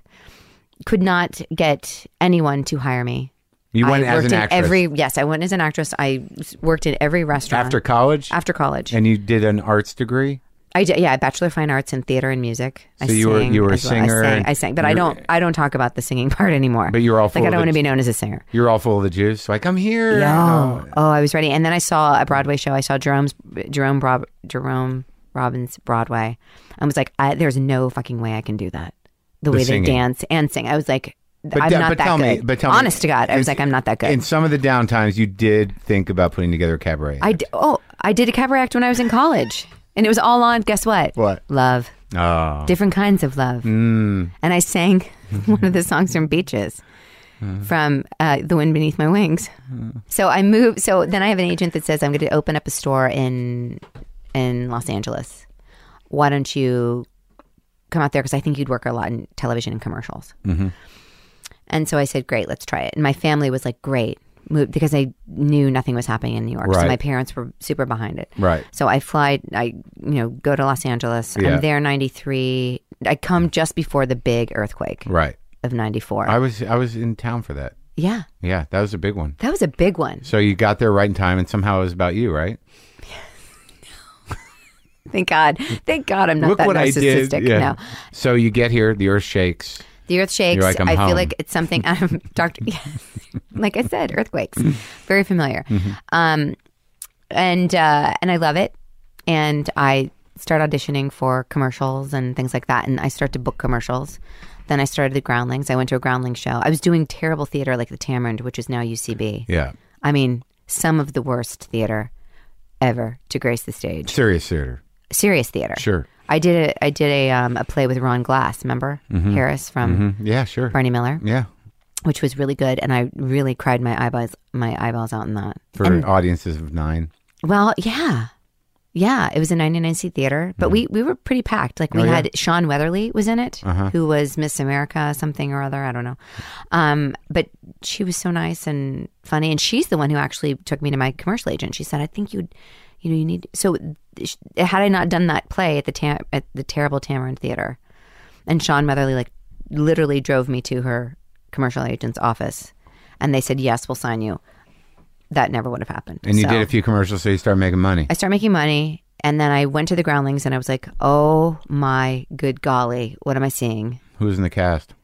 D: Could not get anyone to hire me.
B: you went
D: I
B: as
D: worked
B: an
D: in
B: actress.
D: Every yes, I went as an actress. I s- worked in every restaurant
B: after college?
D: after college.
B: and you did an arts degree?
D: I did, yeah, Bachelor of Fine Arts in theater and music. I
B: So you were-
D: sang
B: you were a
D: as well.
B: singer
D: I sang,
B: and
D: I sang, but I
B: you're-
D: don't. I don't talk about the singing part anymore.
B: But you were all full
D: like I
B: of
D: don't
B: it.
D: want to be known as a singer.
B: You're all full of the juice. So I come here. Uh,
D: No. Oh, I was ready. And then I saw a Broadway show. I saw Jerome's Jerome Brob, Jerome Robbins Broadway. I was like, I, there's no fucking way I can do that. The, way
B: singing.
D: they dance and sing. I was like, I'm
B: da-
D: not
B: but
D: that
B: tell me-
D: good.
B: but tell me-
D: honest to God, I was
B: in-
D: like, I'm not that good.
B: In some of the downtimes, you did think about putting together a cabaret.
D: I d- oh, I did a cabaret act when I was in college, and it was all on. Guess what?
B: What?
D: Love.
B: oh.
D: different kinds of love. Mm. And I sang one of the songs from Beaches,
B: Uh-huh.
D: from uh, The Wind Beneath My Wings. So I moved. So then I have an agent that says I'm going to open up a store in in Los Angeles. Why don't you come out there? Because I think you'd work a lot in television and commercials.
B: Mm-hmm.
D: And so I said, great, let's try it. And my family was like, great. Move, because I knew nothing was happening in New York, so
B: Right.
D: my parents were super behind it.
B: Right.
D: So I fly, I you know go to Los Angeles.
B: Yeah.
D: I'm there ninety three. I come just before the big earthquake
B: Right.
D: of ninety four.
B: I was I was in town for that.
D: yeah,
B: Yeah, that was a big one.
D: that was a big one.
B: So you got there right in time, and somehow it was about you, right?
D: Thank God. Thank God I'm not
B: Look
D: that
B: what I did.
D: narcissistic.
B: Yeah.
D: No,
B: So you get here, the earth shakes.
D: the earth shakes.
B: You're like, I'm
D: I
B: home.
D: feel like it's something I'm Doctor. like I said, earthquakes, very familiar.
B: Mm-hmm.
D: Um, and uh, and I love it. And I start auditioning for commercials and things like that. And I start to book commercials. Then I started the Groundlings. I went to a Groundlings show. I was doing terrible theater like the Tamarind, which is now UCB.
B: Yeah.
D: I mean, some of the worst theater ever to grace the stage.
B: Serious theater.
D: Serious theater.
B: Sure.
D: I did a I did a um, a play with Ron Glass. Remember Harris from
B: Yeah, sure.
D: Barney Miller,
B: Yeah.
D: which was really good, and I really cried my eyeballs my eyeballs out in that.
B: For audiences of nine.
D: Well, yeah. Yeah, it was a 99 seat theater, but
B: Hmm.
D: we, we were pretty packed. Like we
B: Oh,
D: had Sean Weatherly was in it,
B: Uh-huh.
D: who was Miss America something or other, I don't know. Um, but she was so nice and funny and she's the one who actually took me to my commercial agent. She said, "I think you would you know, you need so sh- had I not done that play at the tam- at the terrible Tamarind Theater, and Sean Weatherly like literally drove me to her commercial agent's office, and they said, "Yes, we'll sign you." That never would have happened.
B: And you
D: So-
B: did a few commercials, so you started making money.
D: I started making money, and then I went to the Groundlings, and I was like, "Oh my good golly, what am I seeing?"
B: Who was in the cast?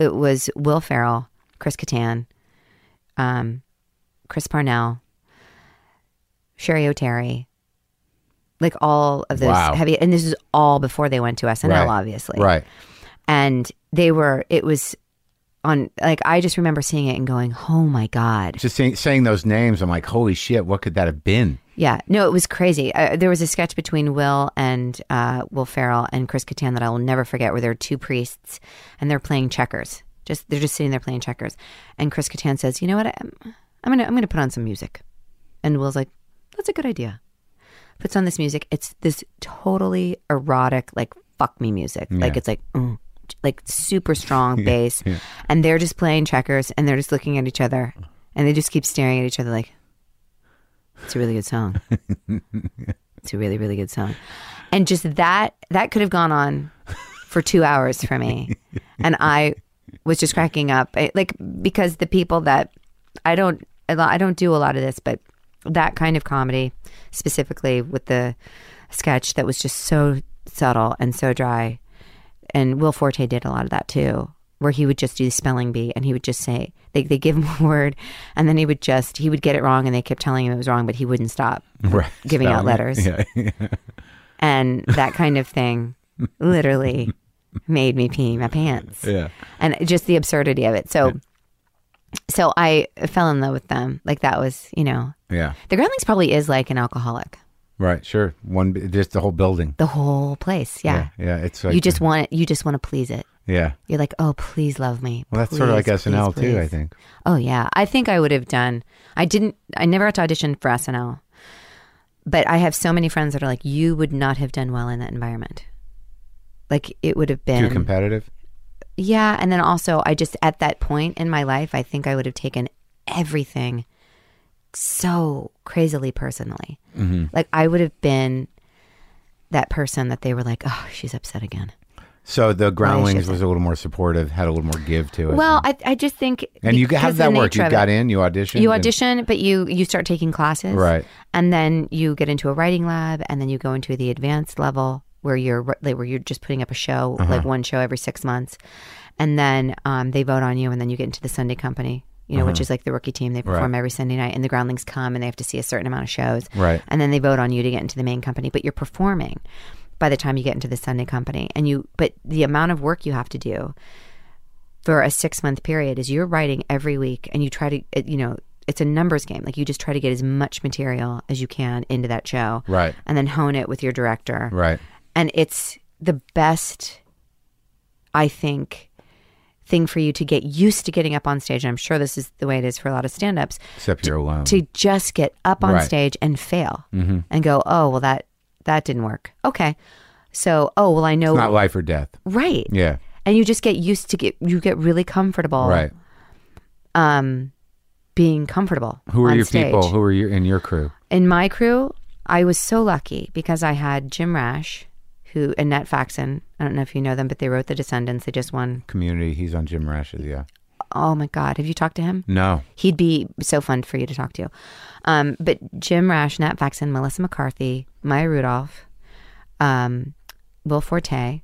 D: It was Will Farrell, Chris Kattan, um, Chris Parnell, Sherry O'Terry, like all of those
B: Wow.
D: heavy. And this is all before they went to SNL,
B: Right.
D: obviously,
B: Right.
D: And they were. It was on. Like I just remember seeing it and going, "Oh my god."
B: Just saying, saying those names, I'm like, holy shit, what could that have been?
D: Yeah, no, it was crazy. Uh, there was a sketch between Will and uh, Will Farrell and Chris Kattan that I will never forget, where there are two priests and they're playing checkers. Just they're just sitting there playing checkers, and Chris Kattan says, "You know what? I'm, I'm gonna I'm gonna put on some music," and Will's like, "That's a good idea." Puts on this music. It's this totally erotic, like fuck me music. Like it's like. Mm. Like super strong bass, and they're just playing checkers, and they're just looking at each other, and they just keep staring at each other like, "It's a really good song." It's a really, really good song. And just that that could have gone on for two hours for me. And I was just cracking up. I- like because the people that I don't a lot- I don't do a lot of this, but that kind of comedy, specifically with the sketch that was just so subtle and so dry. And Will Forte did a lot of that too, where he would just do the spelling bee and he would just say they they give him a word and then he would just he would get it wrong and they kept telling him it was wrong, but he wouldn't stop
B: Right.
D: giving out
B: Spelling.
D: letters
B: Yeah.
D: and that kind of thing. literally made me pee my pants.
B: Yeah.
D: And just the absurdity of it. So so I fell in love with them. Like that was, you know,
B: Yeah.
D: the Groundlings probably is like an alcoholic.
B: Right. Sure. One. b- Just the whole building.
D: The whole place. Yeah.
B: Yeah. It's like
D: You just want you just want to please it.
B: Yeah.
D: You're like, "Oh, please love me."
B: Well, that's sort of like
D: Please,
B: SNL
D: please,
B: too. I
D: please."
B: think.
D: Oh yeah, I think I would have done. I didn't. I never got to audition for SNL, but I have so many friends that are like, you would not have done well in that environment. Like it would have
B: Too
D: been.
B: competitive.
D: yeah, and then also, I just at that point in my life, I think I would have taken everything so crazily personally.
B: Mm-hmm.
D: Like I would have been that person that they were like, oh, she's upset again.
B: So the Groundlings
D: should
B: was a little more supportive, had a little more give to it.
D: Well, I, I just think
B: and you
D: because
B: have
D: of
B: that
D: the
B: work.
D: nature
B: You
D: of
B: got
D: it.
B: in. You auditioned.
D: You
B: and-
D: audition, but you you start taking classes,
B: Right.
D: And then you get into a writing lab, and then you go into the advanced level where you're like, where you're just putting up a show,
B: Uh-huh.
D: like one show every six months, and then um, they vote on you, and then you get into the Sunday Company, you know,
B: Uh-huh.
D: which is like the rookie team. They perform every Sunday night, and the groundlings come, and they have to see a certain amount of shows,
B: Right.
D: And then they vote on you to get into the main company, but you're performing by the time you get into the Sunday Company, and you but the amount of work you have to do for a six month period is you're writing every week and you try to it- you know it's a numbers game like you just try to get as much material as you can into that show
B: Right.
D: and then hone it with your director
B: Right.
D: and it's the best i think thing for you to get used to getting up on stage and i'm sure this is the way it is for a lot of stand-ups
B: Except you're alone.
D: to just get up on
B: Right. Mm-hmm.
D: stage and fail and go oh well that that didn't work okay so oh well i know
B: Not life or death.
D: right
B: Yeah.
D: and you just get used to get you get really comfortable
B: Right.
D: um being comfortable
B: Who are
D: on
B: your
D: stage.
B: people? Who are you in your crew?
D: in my crew i was so lucky because i had jim rash who annette faxon i don't know if you know them but they wrote the descendants they just won
B: Community. He's on Jim Rash's. Yeah.
D: oh my god have you talked to him
B: No.
D: he'd be so fun for you to talk to um but jim rash nat faxon melissa mccarthy maya rudolph um will forte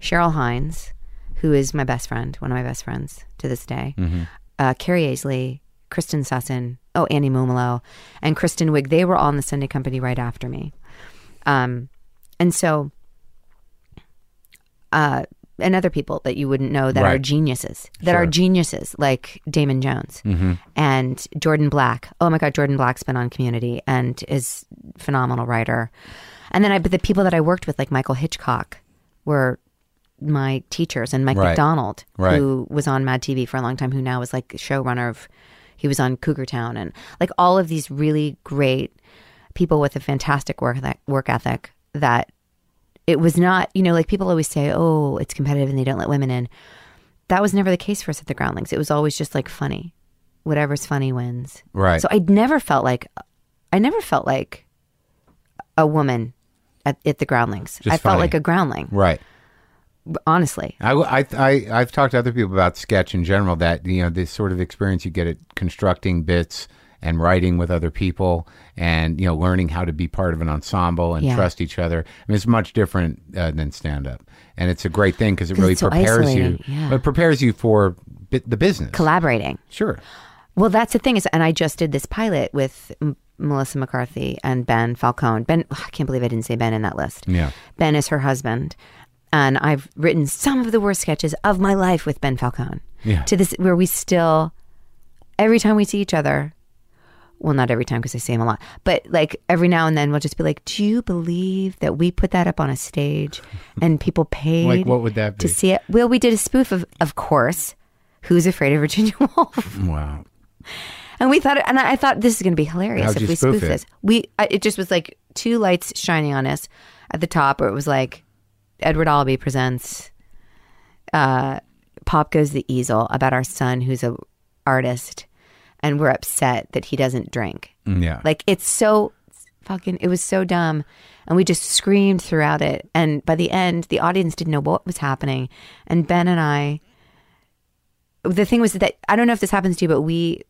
D: cheryl hines who is my best friend one of my best friends to this day
B: Mm-hmm.
D: uh, Carrie Aisley, Kristen Sussin, oh, Annie Mumolo, and Kristen Wiig. They were all in the Sunday Company right after me. Um, and so, uh, and other people that you wouldn't know that are
B: Right.
D: geniuses, that are geniuses, like Damon Jones
B: Mm-hmm.
D: and Jordan Black. Oh my God, Jordan Black's been on Community and is phenomenal writer. And then I, but the people that I worked with, like Michael Hitchcock, were my teachers and Mike
B: Right.
D: McDonald,
B: Right.
D: who was on Mad TV for a long time, who now is like showrunner of, he was on Cougar Town and like all of these really great people with a fantastic work that work ethic that it was not, you know, like people always say, oh, it's competitive and they don't let women in. That was never the case for us at the Groundlings. It was always just like funny. Whatever's funny wins.
B: Right.
D: So I never felt like, I never felt like a woman at, at the Groundlings.
B: Just
D: I
B: funny.
D: felt like a groundling,
B: Right.
D: honestly.
B: I, I, I, I've talked to other people about sketch in general that, you know, this sort of experience you get at constructing bits and writing with other people and, you know, learning how to be part of an ensemble and
D: Yeah.
B: trust each other. I mean, it's much different uh, than stand up. And it's a great thing because it really
D: it's so
B: prepares you.
D: isolating, yeah.
B: It prepares you for bi- the business.
D: collaborating.
B: sure.
D: Well, that's the thing is, and I just did this pilot with M- Melissa McCarthy and Ben Falcone. Ben, ugh, I can't believe I didn't say Ben in that list.
B: Yeah.
D: Ben is her husband, and I've written some of the worst sketches of my life with Ben Falcone.
B: Yeah.
D: To this, where we still, every time we see each other, well, not every time because I see him a lot, but like every now and then, we'll just be like, "Do you believe that we put that up on a stage and people paid?"
B: Like, what would that
D: to
B: be?
D: see it? Well, we did a spoof of, of course, "Who's Afraid of Virginia Woolf."
B: Wow.
D: And we thought, and I thought this is going to be hilarious
B: How'd
D: if
B: you
D: we
B: spoof
D: spoof,
B: it?
D: this. We I, it just was like two lights shining on us at the top, where it was like Edward Albee presents uh, "Pop Goes the Easel" about our son who's a artist, and we're upset that he doesn't drink.
B: Yeah.
D: Like it's so fucking. It was so dumb, and we just screamed throughout it. And by the end, the audience didn't know what was happening, and Ben and I the thing was that I don't know if this happens to you, but we,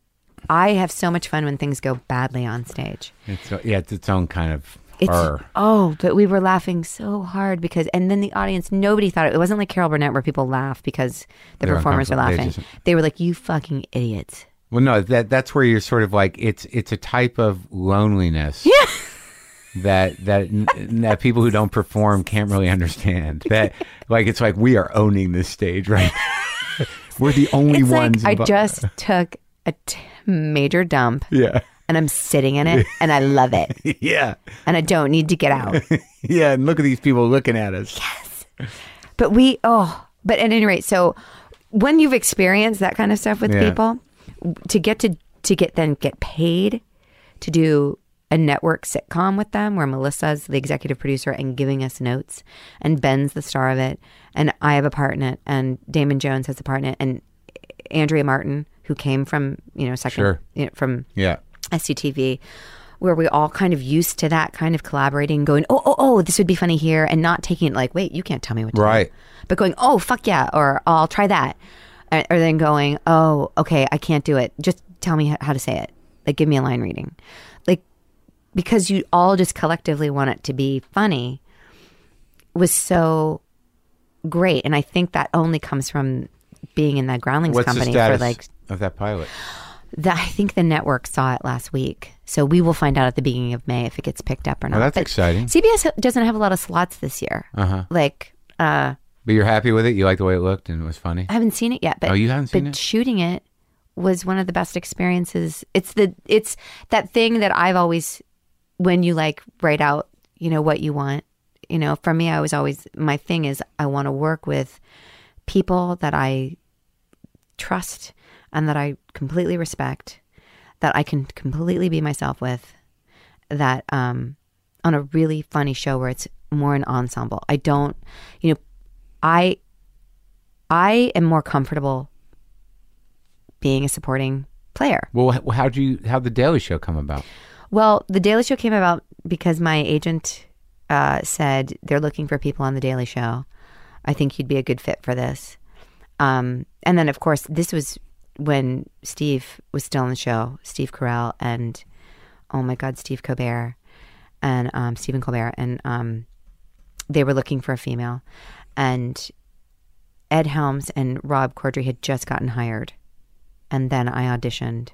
D: I have so much fun when things go badly on stage.
B: It's, yeah, it's its own kind of
D: It's
B: horror.
D: oh, but we were laughing so hard because, and then the audience, nobody thought it, it wasn't like Carol Burnett where people laugh because the
B: They're
D: performers were
B: uncomfortable. They
D: laughing.
B: just-
D: they were like, "You fucking idiots."
B: Well, no, that that's where you're sort of like it's it's a type of loneliness. that that that people who don't perform can't really understand. That like it's like we are owning this stage right. now. We're the only
D: It's
B: ones.
D: like I
B: invo-
D: just took a t- major dump
B: yeah
D: and I'm sitting in it and I love it
B: yeah
D: and I don't need to get out.
B: yeah. And look at these people looking at us.
D: But we, oh, but at any rate, so when you've experienced that kind of stuff with
B: Yeah.
D: people, to get to to get then get paid to do a network sitcom with them, where Melissa's the executive producer and giving us notes, and Ben's the star of it, and I have a part in it, and Damon Jones has a part in it, and Andrea Martin, who came from you know second
B: Sure.
D: you know, from
B: Yeah.
D: SCTV, where we all kind of used to that kind of collaborating, going, oh, oh, oh, this would be funny here, and not taking it like, wait, you can't tell me what to
B: Right.
D: do. But going, oh, fuck yeah, or I'll try that. And- Or then going, oh, okay, I can't do it. Just tell me h- how to say it. Like, give me a line reading. Like, because you all just collectively want it to be funny was so great. And I think that only comes from being in that Groundlings
B: What's the
D: company for
B: status
D: like
B: of that pilot?
D: the, I think the network saw it last week, so we will find out at the beginning of May if it gets picked up or not.
B: Well, that's
D: But
B: exciting. Uh-huh.
D: CBS doesn't have a lot of slots this year. Like, uh,
B: But you're happy with it. You like the way it looked and it was funny.
D: I haven't seen it yet. But
B: Oh, you haven't seen
D: but
B: it?
D: shooting it was one of the best experiences. It's the it's that thing that I've always when you like write out, you know what you want. You know, for me, I was always my thing is I want to work with people that I trust and that I completely respect, that I can completely be myself with, that um, on a really funny show where it's more an ensemble. I don't, you know, I I am more comfortable being a supporting player.
B: Well, h- how do you how the Daily Show come about?
D: Well, The Daily Show came about because my agent uh, said they're looking for people on The Daily Show. I think you'd be a good fit for this. Um, and then, of course, this was when Steve was still on the show, Steve Carell, and oh my God, Steve Colbert and um, Stephen Colbert. And um, they were looking for a female. And Ed Helms and Rob Corddry had just gotten hired, and then I auditioned.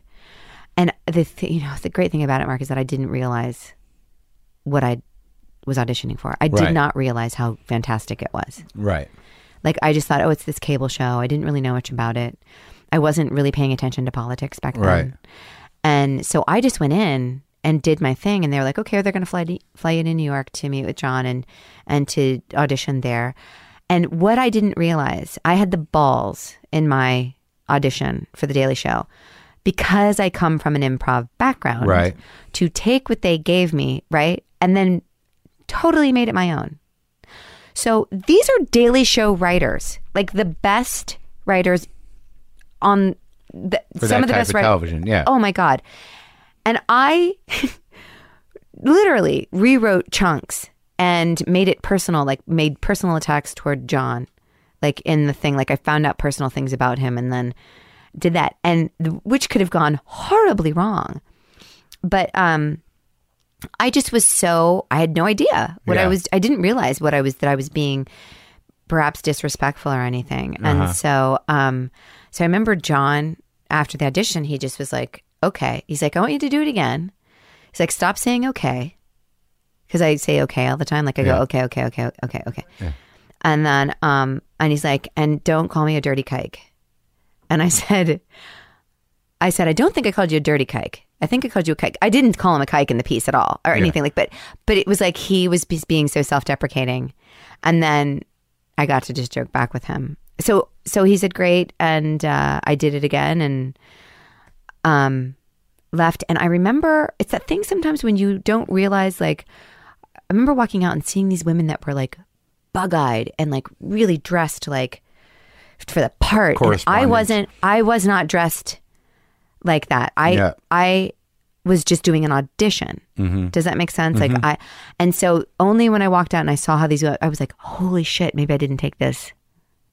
D: And the th- you know the great thing about it, Mark, is that I didn't realize what I was auditioning for. I
B: Right.
D: did not realize how fantastic it was.
B: Right.
D: Like I just thought, oh, it's this cable show. I didn't really know much about it. I wasn't really paying attention to politics back then.
B: Right.
D: And so I just went in and did my thing, and they were like, okay, they're going to fly to, fly you to New York to meet with John and and to audition there. And what I didn't realize, I had the balls in my audition for the Daily Show because I come from an improv background,
B: Right.
D: To take what they gave me, right, and then totally made it my own. So these are Daily Show writers, like the best writers on the,
B: For that
D: some of the
B: type
D: best
B: of
D: writers.
B: television. Yeah.
D: Oh my god! And I literally rewrote chunks and made it personal, like made personal attacks toward John, like in the thing. Like I found out personal things about him, and then did that, and th- which could have gone horribly wrong. But um, I just was so I had no idea what
B: Yeah.
D: I was. I didn't realize what I was that I was being perhaps disrespectful or anything. And so, um, so I remember John after the audition, he just was like, "Okay." He's like, "I want you to do it again." He's like, "Stop saying okay," because I say okay all the time. Like I
B: Yeah.
D: go, "Okay, okay, okay, okay, okay," and then, um, and he's like, "And don't call me a dirty kike." And I said, I said, I don't think I called you a dirty kike. I think I called you a kike. I didn't call him a kike in the piece at all or anything like, but, but it was like he was be- being so self-deprecating. And then I got to just joke back with him. So, so he said, great. And, uh, I did it again and, um, left. And I remember it's that thing sometimes when you don't realize, like, I remember walking out and seeing these women that were like bug-eyed and like really dressed like for the part. And I
B: Corresponding.
D: wasn't, I was not dressed like that. I
B: Yeah. Mm-hmm.
D: I was just doing an audition. Does that make sense? Like I, and so only when I walked out and I saw how these, I was like, holy shit, maybe I didn't take this.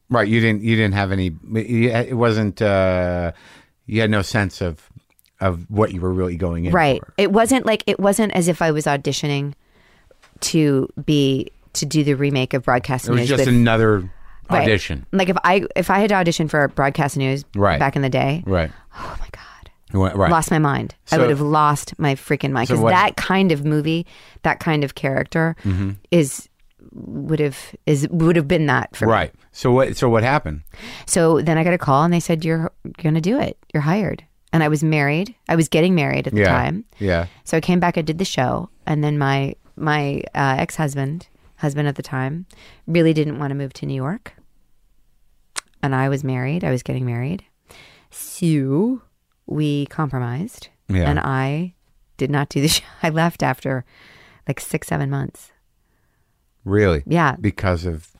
B: Right. You didn't. You didn't have any. you- It wasn't. Uh, you had no sense of of what you were really going in.
D: Right.
B: For.
D: It wasn't like it wasn't as if I was auditioning to be to do the remake of Broadcast
B: It was
D: News.
B: just
D: with-
B: another
D: right.
B: audition.
D: Like if I if I had to audition for Broadcast News
B: Right.
D: back in the day,
B: Right.
D: oh my god,
B: Right. right.
D: lost my mind. I
B: So-
D: would have lost my freaking mind
B: So
D: because
B: what- Mm-hmm.
D: that kind of movie, that kind of character, is would have is would have been that for
B: Right. So what? So what happened?
D: me. So then I got a call and they said you're gonna do it. You're hired. And I was married. I was getting married at the
B: Yeah.
D: time.
B: Yeah.
D: So I came back. I did the show, and then my my uh, ex husband, husband at the time, really didn't want to move to New York. And I was married. I was getting married. So we compromised,
B: Yeah.
D: and I did not do the show. I left after like six, seven months.
B: Really.
D: Yeah,
B: Because of.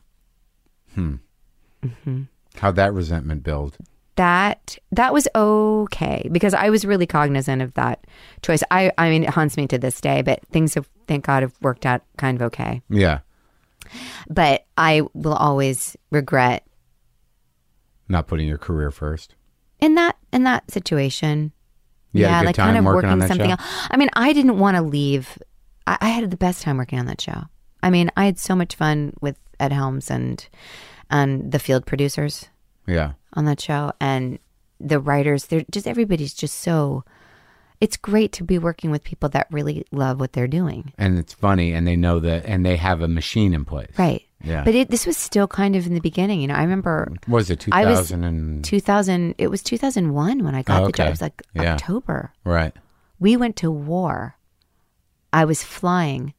B: Hmm.
D: Mm-hmm.
B: How'd that resentment build?
D: that that was okay because I was really cognizant of that choice. I I mean, it haunts me to this day. But things have, thank God, have worked out kind of okay.
B: Yeah.
D: But I will always regret
B: Not putting your career first.
D: in that in that situation.
B: You had a good
D: like
B: time
D: kind of
B: working
D: working
B: on that
D: something
B: show?
D: else. I mean, I didn't want to leave. I, I had the best time working on that show. I mean, I had so much fun with Ed Helms and and the field producers
B: Yeah.
D: on that show and the writers. They're just everybody's just so. It's great to be working with people that really love what they're doing.
B: And it's funny, and they know that, and they have a machine in place.
D: Right.
B: Yeah.
D: But it, this was still kind of in the beginning. You know, I remember
B: Was it
D: I was
B: 2000 and
D: 2000, it was 2001 when I got
B: Oh,
D: the job.
B: okay.
D: It was like
B: Yeah.
D: October.
B: right?
D: we went to war. I was flying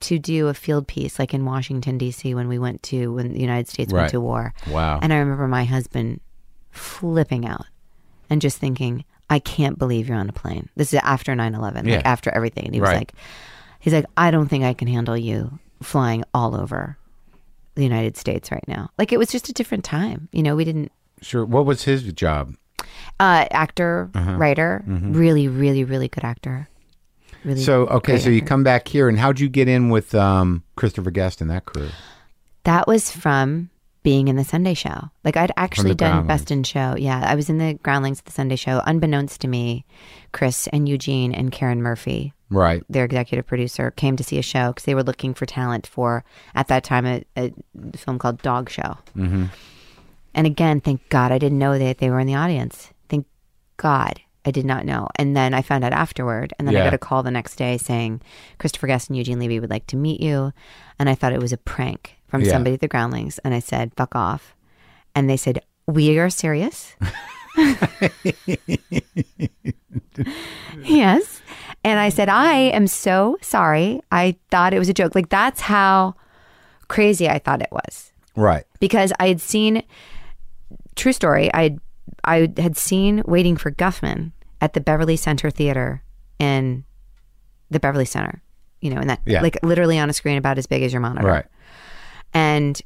D: to do a field piece, like in Washington D.C. when we went to when the United States
B: Right.
D: went to war.
B: Wow.
D: And I remember my husband flipping out and just thinking, "I can't believe you're on a plane." This is after 9-11,
B: Yeah.
D: like after everything, and he was
B: Right.
D: like, "He's like, I don't think I can handle you flying all over." The United States right now. Like it was just a different time. You know, we didn't
B: Sure. What was his job?
D: uh actor,
B: Uh-huh.
D: writer, really, really, really good actor. Really
B: Mm-hmm. So okay,
D: great
B: so you
D: actor.
B: come back here, and how'd you get in with um, Christopher Guest and that crew?
D: That was from being in the Sunday show. Like I'd actually done
B: Groundlings.
D: Best in Show. Yeah, I was in the Groundlings of the Sunday show. Unbeknownst to me, Chris and Eugene and Karen Murphy,
B: Right.
D: their executive producer, came to see a show because they were looking for talent for at that time a, a film called Dog Show. Mm-hmm. And again, thank God I didn't know that they were in the audience. Thank God I did not know. And then I found out afterward. And then
B: Yeah.
D: I got a call the next day saying Christopher Guest and Eugene Levy would like to meet you. And I thought it was a prank from
B: Yeah.
D: somebody at the Groundlings. And I said, "Fuck off." And they said, "We are serious." yes. And I said, I am so sorry. I thought it was a joke. Like, that's how crazy I thought it was.
B: Right.
D: Because I had seen, true story, I had, I had seen Waiting for Guffman at the Beverly Center Theater in the Beverly Center, you know, in that,
B: Yeah.
D: like literally on a screen about as big as your monitor
B: Right.
D: and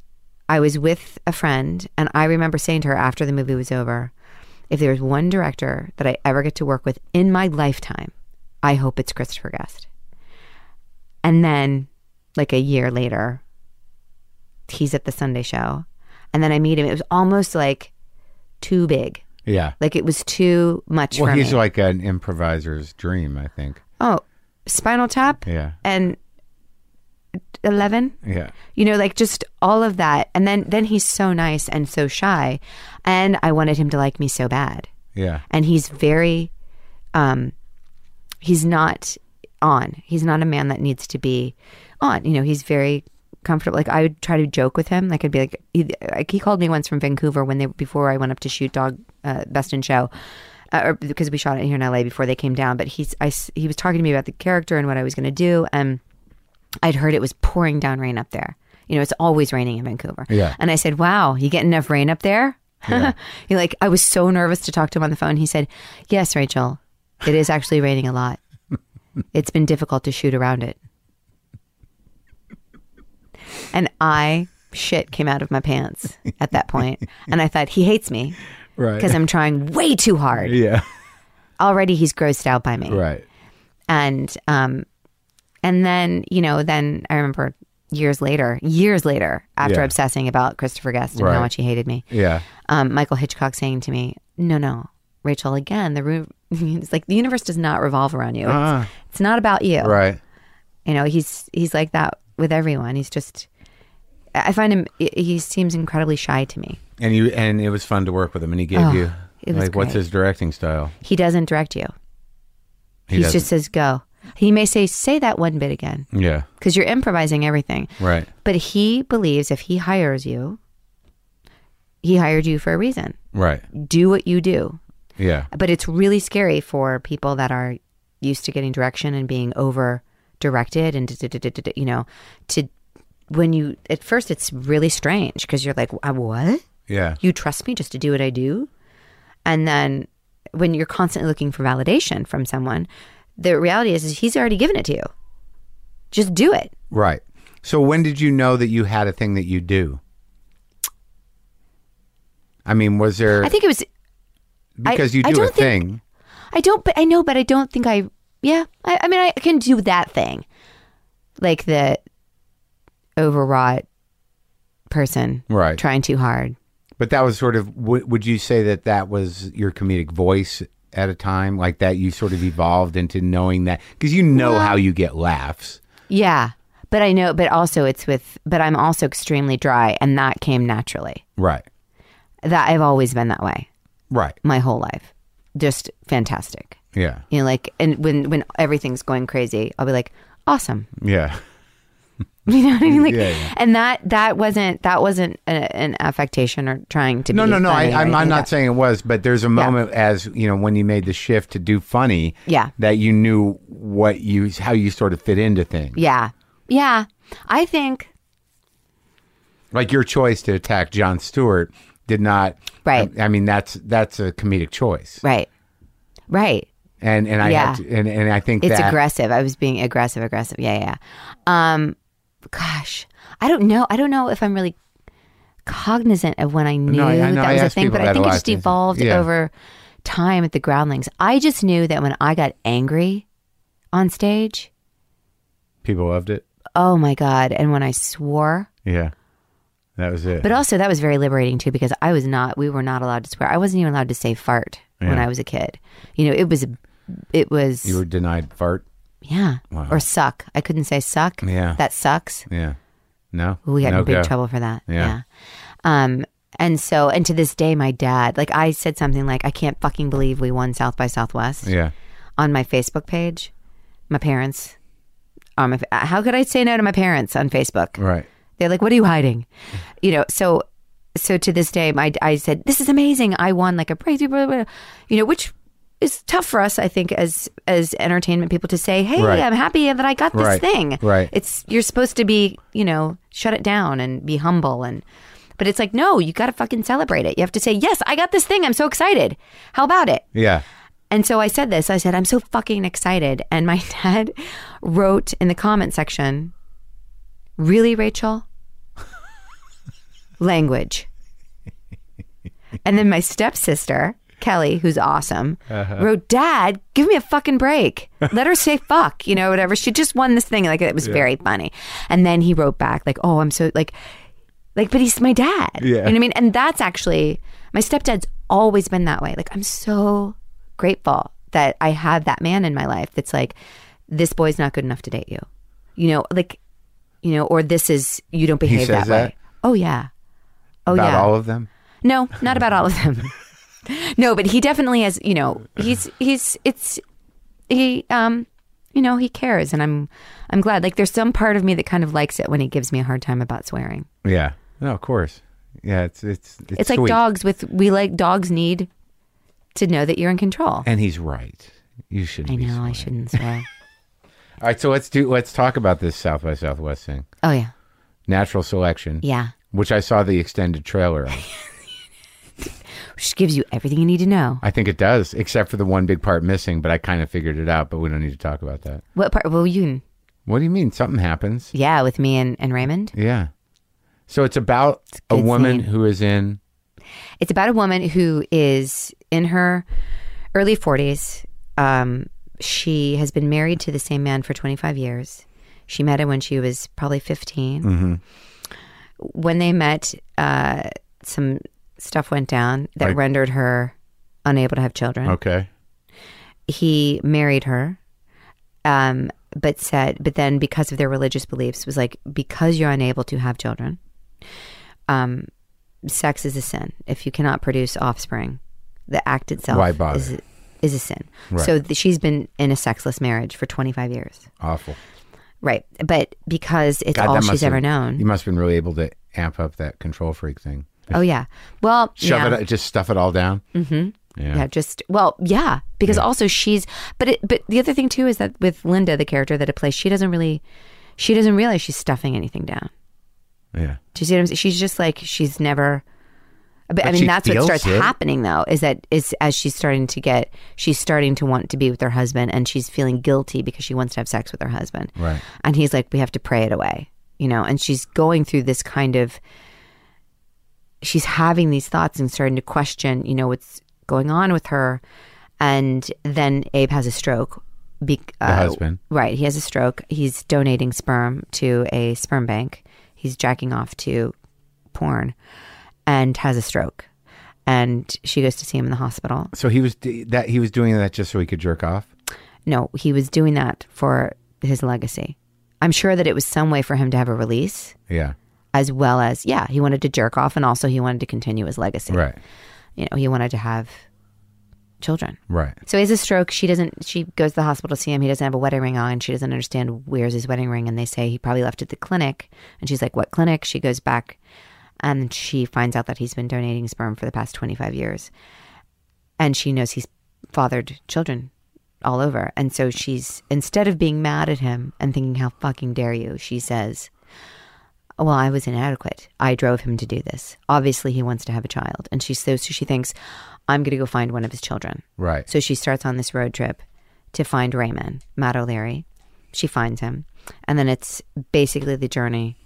D: I was with a friend, and I remember saying to her after the movie was over, if there's one director that I ever get to work with in my lifetime, I hope it's Christopher Guest. And then, like a year later, he's at the Sunday show, and then I meet him. It was almost like too big,
B: Yeah.
D: like it was too much
B: Well,
D: for
B: he's
D: me.
B: like an improviser's dream, I think.
D: oh, Spinal Tap
B: Yeah.
D: and Eleven.
B: Yeah.
D: you know like just all of that and then then he's so nice and so shy and i wanted him to like me so bad
B: Yeah.
D: and he's very um he's not on he's not a man that needs to be on you know he's very comfortable like i would try to joke with him like i'd be like he, like, he called me once from vancouver when they before i went up to shoot dog uh, best in show uh, or because we shot it here in la before they came down but he's I, s- he was talking to me about the character and what i was going to do and i'd heard it was pouring down rain up there you know it's always raining in vancouver
B: Yeah.
D: and i said wow you get enough rain up there He like I was so nervous to talk to him on the phone. He said, "Yes, Rachel, it is actually raining a lot. It's been difficult to shoot around it." And I shit came out of my pants at that point, and I thought he hates me
B: Right.
D: because I'm trying way too hard.
B: yeah.
D: Already he's grossed out by me
B: Right.
D: and um and then you know then i remember years later years later after
B: Yeah.
D: obsessing about christopher guest and
B: Right.
D: how much he hated me
B: Yeah.
D: um michael hitchcock saying to me no no rachel again the room it's like the universe does not revolve around you
B: Uh-uh.
D: it's, it's not about you
B: Right.
D: you know he's he's like that with everyone he's just i I find him he- he seems incredibly shy to me
B: And you and it was fun to work with him, and he gave you
D: Oh, It was
B: Like, what's
D: great.
B: his directing style?
D: He doesn't direct you.
B: He
D: he
B: doesn't-
D: just says go. He may say say that one bit again
B: yeah,
D: because you're improvising everything.
B: right.
D: But he believes if he hires you, he hired you for a reason.
B: Right.
D: Do what you do.
B: Yeah.
D: But it's really scary for people that are used to getting direction and being over directed and da- da- da- da- da- you know to when you at first it's really strange because you're like "Wha- what
B: Yeah.
D: you trust me just to do what I do. And then when you're constantly looking for validation from someone, the reality is, is he's already given it to you. Just do it.
B: Right. So when did you know that you had a thing that you do? I mean, was there
D: I think it was I-
B: because you
D: I
B: do a
D: don't think-
B: thing?
D: I don't but I know but I don't think I yeah, I, I mean I can do that thing. Like the overwrought person
B: Right.
D: trying too hard.
B: But that was sort of w- would you say that that was your comedic voice at a time like that you sort of evolved into knowing that because you know how you get laughs.
D: Yeah. But I know but also it's with but I'm also extremely dry and that came naturally.
B: Right.
D: That I've always been that way.
B: Right.
D: my whole life. Just fantastic.
B: Yeah.
D: You know, like and when when everything's going crazy, I'll be like, awesome.
B: Yeah.
D: You know what I mean? Like,
B: Yeah, yeah.
D: and that that wasn't that wasn't a, an affectation or trying to.
B: No,
D: be
B: no, no. I,
D: funny or
B: I'm, I'm
D: anything
B: not
D: like that.
B: saying it was, but there's a moment as you know when you made the shift to do funny.
D: Yeah.
B: That you knew what you how you sort of fit into things.
D: Yeah, yeah. I think
B: Like your choice to attack John Stewart did not.
D: Right.
B: I, I mean, that's that's a comedic choice,
D: right, right.
B: and and I have
D: Yeah.
B: to, and and I think
D: It's
B: that
D: aggressive. I was being aggressive, aggressive. Yeah, yeah. yeah. Um, gosh, I don't know. I don't know if I'm really cognizant of when I knew
B: I- I know.
D: that
B: I
D: was a
B: ask
D: thing,
B: people
D: but I
B: that a
D: think it
B: lot.
D: just evolved
B: Yeah.
D: over time at the Groundlings. I just knew that when I got angry on stage,
B: people loved it.
D: oh my god, and when I swore.
B: Yeah, that was it.
D: But also that was very liberating too because I was not we were not allowed to swear. I wasn't even allowed to say fart when
B: Yeah.
D: I was a kid. You know, it was it was
B: you were denied fart.
D: yeah. Or suck. I couldn't say suck.
B: Yeah.
D: That sucks.
B: Yeah, no,
D: We had
B: no
D: big
B: go.
D: trouble for that.
B: Yeah.
D: Yeah. Um, and so, and to this day, my dad, like I said something like, I can't fucking believe we won South by Southwest
B: Yeah,
D: on my Facebook page. My parents, um, if, how could I say no to my parents on Facebook?
B: right.
D: They're like, what are you hiding? You know, so, so to this day, my, I said, this is amazing. I won like a praise, blah, blah, blah," you know, which is tough for us, I think, as, as entertainment people to say, Hey,
B: Right.
D: I'm happy that I got this
B: Right.
D: thing.
B: Right.
D: It's, you're supposed to be, you know, shut it down and be humble and, but it's like, no, you got to fucking celebrate it. You have to say, yes, I got this thing. I'm so excited. How about it?
B: Yeah,
D: And so I said this. I said, I'm so fucking excited. And my dad wrote in the comment section, Really, Rachel? Language. and then my stepsister, Kelly, who's awesome, wrote, Dad, give me a fucking break. Let her say fuck, you know, whatever. She just won this thing. Like, it was very funny. And then he wrote back, like, Oh, I'm so, like, like, but he's my dad. You know what I mean? And that's actually, my stepdad's always been that way. Like, I'm so grateful that I have that man in my life that's like, this boy's not good enough to date you. You know, like, you know, or this is, you don't behave
B: says
D: that,
B: that?
D: way. Oh, yeah. Oh,
B: about
D: yeah.
B: all of them.
D: No, not about all of them. no, but he definitely has, you know, he's he's it's he um you know, he cares and I'm I'm glad. Like there's some part of me that kind of likes it when he gives me a hard time about swearing.
B: Yeah, no, of course. Yeah, it's it's it's,
D: It's like
B: sweet.
D: dogs with we like dogs need to know that you're in control.
B: And he's right. You should.
D: I
B: be
D: know I
B: sweating.
D: shouldn't swear.
B: All right, so let's do let's talk about this South by Southwest thing.
D: oh yeah.
B: Natural selection.
D: Yeah.
B: Which I saw the extended trailer of.
D: Which gives you everything you need to know.
B: I think it does, except for the one big part missing, but I kind of figured it out, but we don't need to talk about that.
D: What part well you can-
B: What do you mean? Something happens?
D: yeah, with me and, and Raymond.
B: Yeah. So it's about a,
D: a good
B: woman
D: scene.
B: who is in
D: It's about a woman who is in her early 40s. Um, she has been married to the same man for 25 years. She met him when she was probably 15. When they met, uh, some stuff went down that
B: Like-
D: rendered her unable to have children
B: Okay.
D: he married her um but said but then because of their religious beliefs was like because you're unable to have children um sex is a sin if you cannot produce offspring the act itself
B: Why bother?
D: is, is a sin.
B: Right.
D: So th- she's been in a sexless marriage for 25 years.
B: Awful.
D: Right. But because it's
B: God, that
D: all
B: must
D: she's ever
B: have-
D: known.
B: You must have been really able to amp up that control freak thing.
D: oh, yeah. Well,
B: Shove
D: yeah.
B: it, just stuff it all down. Mm-hmm. Yeah.
D: Yeah, just well, yeah, because also she's but it but the other thing too is that with Linda, the character that it plays, she doesn't really she doesn't realize she's stuffing anything down.
B: Yeah.
D: Do you see what I'm saying? She's just like she's never. But, I
B: But
D: mean,
B: she
D: that's what
B: feels
D: starts
B: it.
D: happening though. Is that is as she's starting to get, she's starting to want to be with her husband, and she's feeling guilty because she wants to have sex with her husband.
B: Right.
D: And he's like, "We have to pray it away," you know. And she's going through this kind of. She's having these thoughts and starting to question, you know, what's going on with her, and then Abe has a stroke. Be- uh,
B: The husband.
D: Right. He has a stroke. He's donating sperm to a sperm bank. He's jacking off to porn and has a stroke. And she goes to see him in the hospital.
B: So he was d- that he was doing that just so he could jerk off.
D: No, he was doing that for his legacy. I'm sure that it was some way for him to have a release,
B: Yeah.
D: as well as, yeah, he wanted to jerk off and also he wanted to continue his legacy.
B: Right.
D: You know, he wanted to have children.
B: Right.
D: So he has a stroke. She doesn't. She goes to the hospital to see him. He doesn't have a wedding ring on. She doesn't understand where's his wedding ring, and they say he probably left it at the clinic. And she's like, "What clinic?" She goes back, and she finds out that he's been donating sperm for the past twenty five years, and she knows he's fathered children all over. And so she's instead of being mad at him and thinking how fucking dare you, she says. Well, I was inadequate. I drove him to do this. Obviously, he wants to have a child, and she so she thinks, "I'm going to go find one of his children."
B: Right.
D: So she starts on this road trip to find Raymond, Matt O'Leary. She finds him. And then it's basically the journey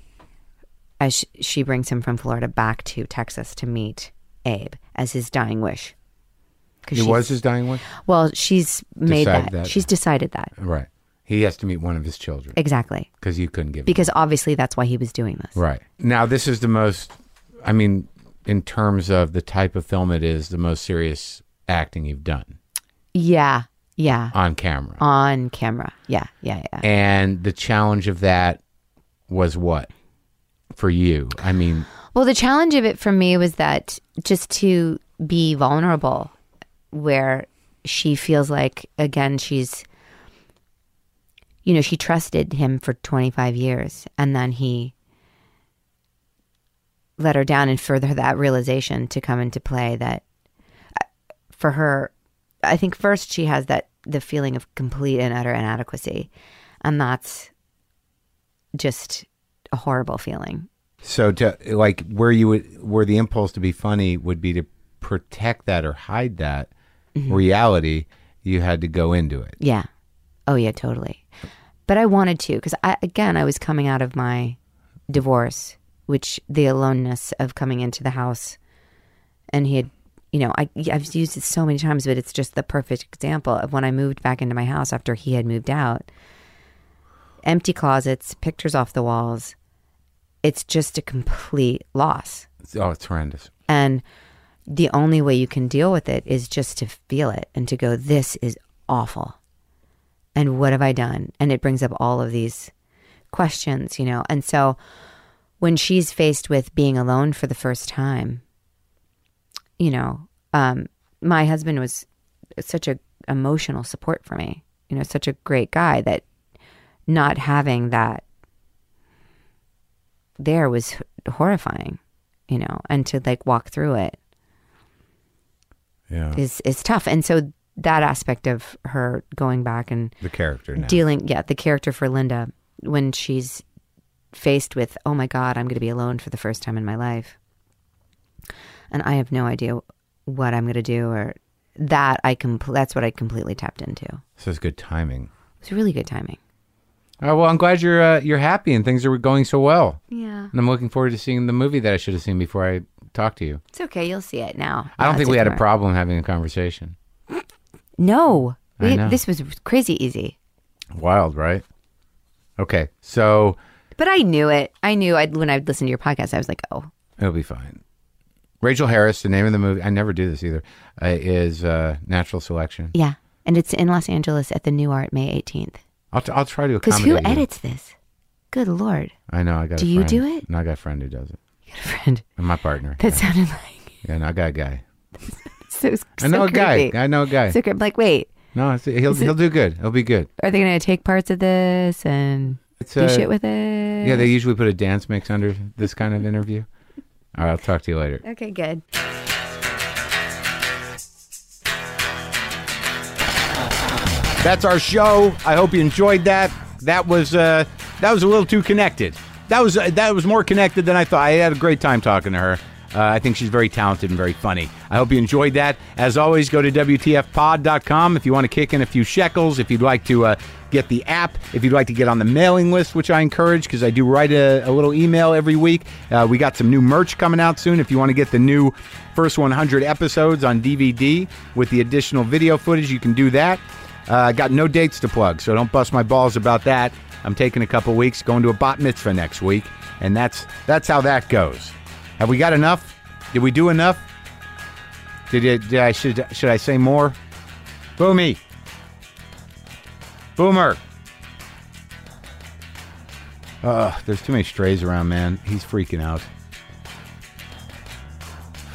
D: as she, she brings him from Florida back to Texas to meet Abe as his dying wish. 'Cause
B: It
D: she's-
B: was his dying wish.
D: Well, she's made
B: Decided
D: that.
B: that.
D: She's decided that.
B: Right. He has to meet one of his children
D: Exactly.
B: because you couldn't give. him
D: Because obviously that's why he was doing this.
B: Right. Now, this is the most, I mean, in terms of the type of film it is, the most serious acting you've done
D: Yeah. Yeah.
B: on camera.
D: On camera. Yeah. Yeah. Yeah.
B: and the challenge of that was what for you? I mean,
D: Well, the challenge of it for me was that just to be vulnerable, where she feels like, again, she's, you know, she trusted him for 25 years and then he let her down and further that realization to come into play that uh, for her, I think first she has that the feeling of complete and utter inadequacy. And that's just a horrible feeling.
B: so to like where you would, where the impulse to be funny would be to protect that or hide that Mm-hmm. reality, you had to go into it.
D: Yeah. Oh yeah, totally. But I wanted to because I again I was coming out of my divorce, which the aloneness of coming into the house, and he had, you know, I I've used it so many times, but it's just the perfect example of when I moved back into my house after he had moved out. Empty closets, pictures off the walls. It's just a complete loss.
B: It's- Oh, it's horrendous.
D: And the only way you can deal with it is just to feel it and to go, this is awful. And what have I done? And it brings up all of these questions, you know? And so when she's faced with being alone for the first time, you know, um, my husband was such a emotional support for me, you know, such a great guy that not having that there was horrifying, you know, and to like walk through it
B: Yeah.
D: is is tough. And so that aspect of her going back and
B: The character now.
D: dealing, yeah, the character for Linda when she's faced with, oh my god, I'm going to be alone for the first time in my life, and I have no idea what I'm going to do, or that I com- that's what I completely tapped into. It
B: so it's good timing.
D: was really good timing.
B: Oh, well, I'm glad you're uh, you're happy and things are going so well.
D: Yeah,
B: And I'm looking forward to seeing the movie that I should have seen before I talked to you.
D: it's okay. You'll see it now.
B: I don't
D: Now
B: think
D: it's
B: we had a
D: tomorrow.
B: problem having a conversation.
D: No,
B: I
D: We-
B: know.
D: this was crazy easy.
B: Wild, right? Okay, so
D: But I knew it. I knew I'd, when I'd listen to your podcast, I was like, oh,
B: it'll be fine. Rachel Harris, the name of the movie, I never do this either, uh, is uh, Natural Selection.
D: yeah. And it's in Los Angeles at the New Art May 18th.
B: I'll, t- I'll try to
D: Because
B: accommodate
D: who
B: you.
D: edits this? Good lord.
B: I know, I got
D: Do
B: a
D: you
B: friend.
D: do it?
B: And I got a friend who does it.
D: You got a friend.
B: And my partner.
D: That sounded like
B: Yeah, and I got a guy.
D: so, so
B: I know a guy.
D: creepy.
B: I know a guy.
D: So creepy. I'm like, wait,
B: no, it's- he'll he'll do good. He'll be good.
D: are they going to take parts of this and
B: It's,
D: do
B: uh,
D: shit with it?
B: Yeah, they usually put a dance mix under this kind of interview. All right, I'll talk to you later.
D: Okay, good.
B: That's our show. I hope you enjoyed that. That was uh, that was a little too connected. That was uh, that was more connected than I thought. I had a great time talking to her. Uh, I think she's very talented and very funny. I hope you enjoyed that. As always, go to WTFpod.com if you want to kick in a few shekels, if you'd like to uh, get the app, if you'd like to get on the mailing list, which I encourage because I do write a, a little email every week. Uh, we got some new merch coming out soon. If you want to get the new first 100 episodes on DVD with the additional video footage, you can do that. Uh, I got no dates to plug, so don't bust my balls about that. I'm taking a couple weeks, going to a bat mitzvah next week, and that's that's how that goes. Have we got enough? Did we do enough? Did, it, did I should should I say more? Boomy, Boomer. Ugh, there's too many strays around, man. He's freaking out.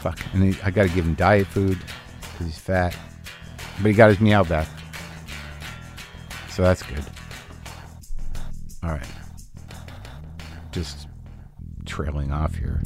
B: Fuck, and he, I got to give him diet food because he's fat, but he got his meow back. So that's good. All right. Just trailing off here.